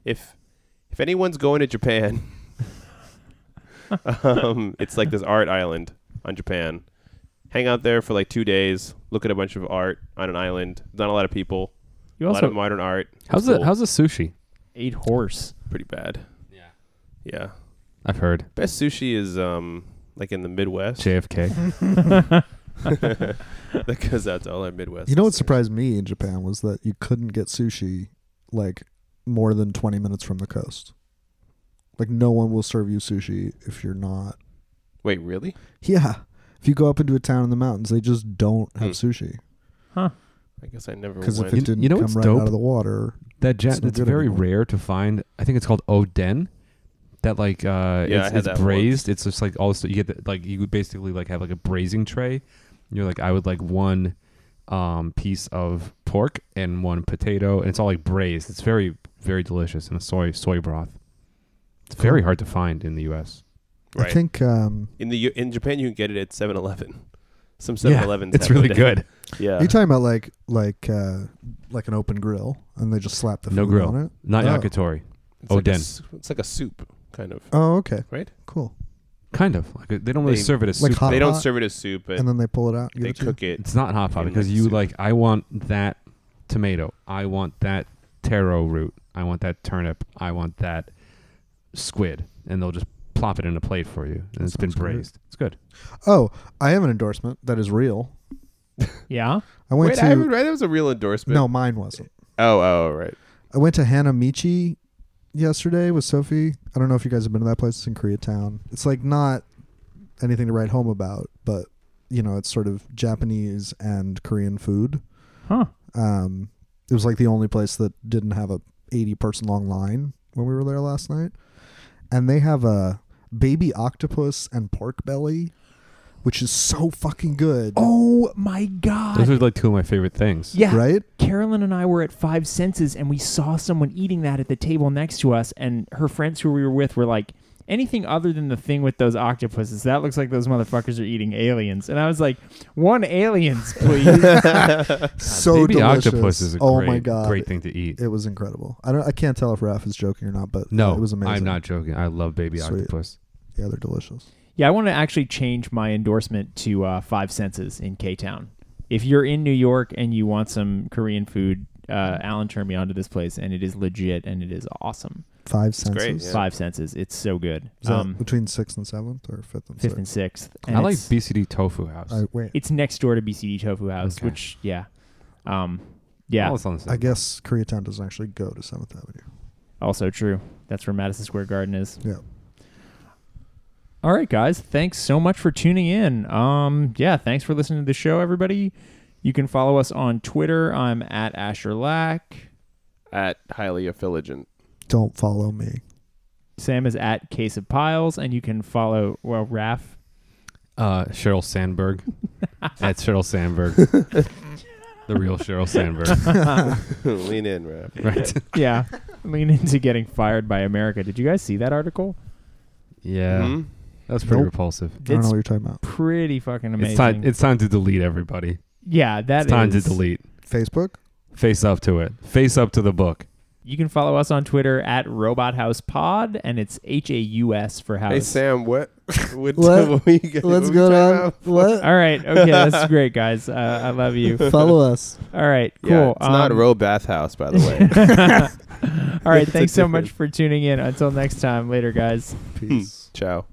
If if anyone's going to Japan, um, it's like this art island on Japan. Hang out there for like two days. Look at a bunch of art on an island. Not a lot of people.
You
a lot of
also
modern art.
How's
It's
the
cool.
how's the sushi?
ate horse.
pretty bad? Yeah. Yeah.
I've heard
Best sushi is um like in the Midwest
JFK.
because that's all our Midwest.
You know what
is.
surprised me in Japan was that you couldn't get sushi like more than 20 minutes from the coast. Like no one will serve you sushi if you're not.
Wait, really?
Yeah. If you go up into a town in the mounins, they just don't have
Hmm.
sushi
I guess I never
because if
went.
it
You-
didn't
you know
come
what's
right
dope?
out of the water,
that ja-
It's not
it's
good
very
anymore.
rare to find. I think it's called oden. That like uh,
Yeah, I
it's,
had
it's
that
braised. It's just like all the, you get the, like you would basically like have like a braising tray. You're like I would like one um, piece of pork and one potato, and it's all like braised. It's very very delicious in a soy soy broth. It's very hard to find in the U.S.
right.
I think um,
in the U- in Japan, you can get it at 7-Eleven. Some
Yeah,
7-Elevens.
it's
have
really
it.
good.
Yeah.
you're talking about like like uh, like an open grill, and they just slap the
No
food
grill.
on it.
Not
Oh.
yakitori,
It's like a
Oden.
s- it's like a soup kind of.
Oh, okay,
Right?
cool.
kind of. Like they don't really
They-
serve it as
Like
soup.
hot
they don't
pot,
serve it as soup, but
uh, and then they pull it out. And
they
give it to you.
cook it.
It's not hot pot
In,
because
like,
you
soup.
like. I want that tomato. I want that taro root. I want that turnip. I want that squid, and they'll just plop it in a plate for you, and it's been
sounds great.
braised. It's good.
Oh, I have an endorsement that is real.
Yeah.
I went
Wait,
to
I haven't read. That was a real endorsement.
no, mine wasn't.
Oh, oh, right.
I went to Hanamichi yesterday with Sophie. I don't know if you guys have been to that place. It's in Koreatown. It's like not anything to write home about, but you know, it's sort of Japanese and Korean food.
Huh.
Um, it was like the only place that didn't have a 80 person long line when we were there last night. And they have a baby octopus and pork belly, which is so fucking good.
Oh my god.
Those are like two of my favorite things.
yeah.
Right?
Carolyn and I were at Five Senses and we saw someone eating that at the table next to us and her friends who we were with were like anything other than the thing with those octopuses that looks like those motherfuckers are eating aliens and I was like one aliens please
so
Baby
delicious.
octopus is a
oh
great,
my god.
great thing to eat.
It was incredible. I don't I can't tell if Raph is joking or not, but uh,
no,
it was amazing.
I'm not joking. I love baby
Sweet.
octopus.
Yeah, they're delicious.
Yeah, I want to actually change my endorsement to uh, Five Senses in K Town. If you're in New York and you want some Korean food, uh, Alan turned me on to this place, and it is legit and it is awesome.
Five
great,
senses.
yeah.
Five Senses, it's so good.
Is that
Um,
between sixth and seventh or fifth and
fifth
sixth?
and sixth.
I
and
like
it's,
BCD Tofu House.
I, wait.
it's next door to BCD Tofu House,
Okay.
which yeah, um, yeah,
All it's on the same.
I guess Koreatown doesn't actually go to Seventh Avenue.
also true. That's where Madison Square Garden is.
Yeah.
All right, guys. Thanks so much for tuning in. Um, yeah, thanks for listening to the show, everybody. You can follow us on Twitter. I'm at Asher Lack.
At highly affiligent.
Don't follow me.
Sam is at Case of Piles, and you can follow well Raph
Uh, Cheryl Sandberg. At Cheryl Sandberg. the real Cheryl Sandberg.
Lean in, Raph.
right.
yeah. Lean into getting fired by America. Did you guys see that article?
Yeah.
Hmm?
That was pretty
Nope.
repulsive.
I don't know
It's
what you're talking about.
Pretty fucking amazing.
It's time it's time to delete everybody.
yeah, that
it's time
is-
to delete.
Facebook?
Face up to it. Face up to the book.
You can follow us on Twitter at Robot House Pod, and it's H A U S for house.
Hey Sam, what?
What?
What? what were you gonna- what
Let's
were you
go
talking
down.
about?
What?
All right. Okay. That's great, guys. Uh, I love you.
Follow us.
All right. Cool.
Yeah, it's not
Um,
Roe Bathhouse, by the way.
All right.
It's a
Thanks so much
different- Hmm.
for tuning in. Until next time. Later, guys.
Peace.
Ciao.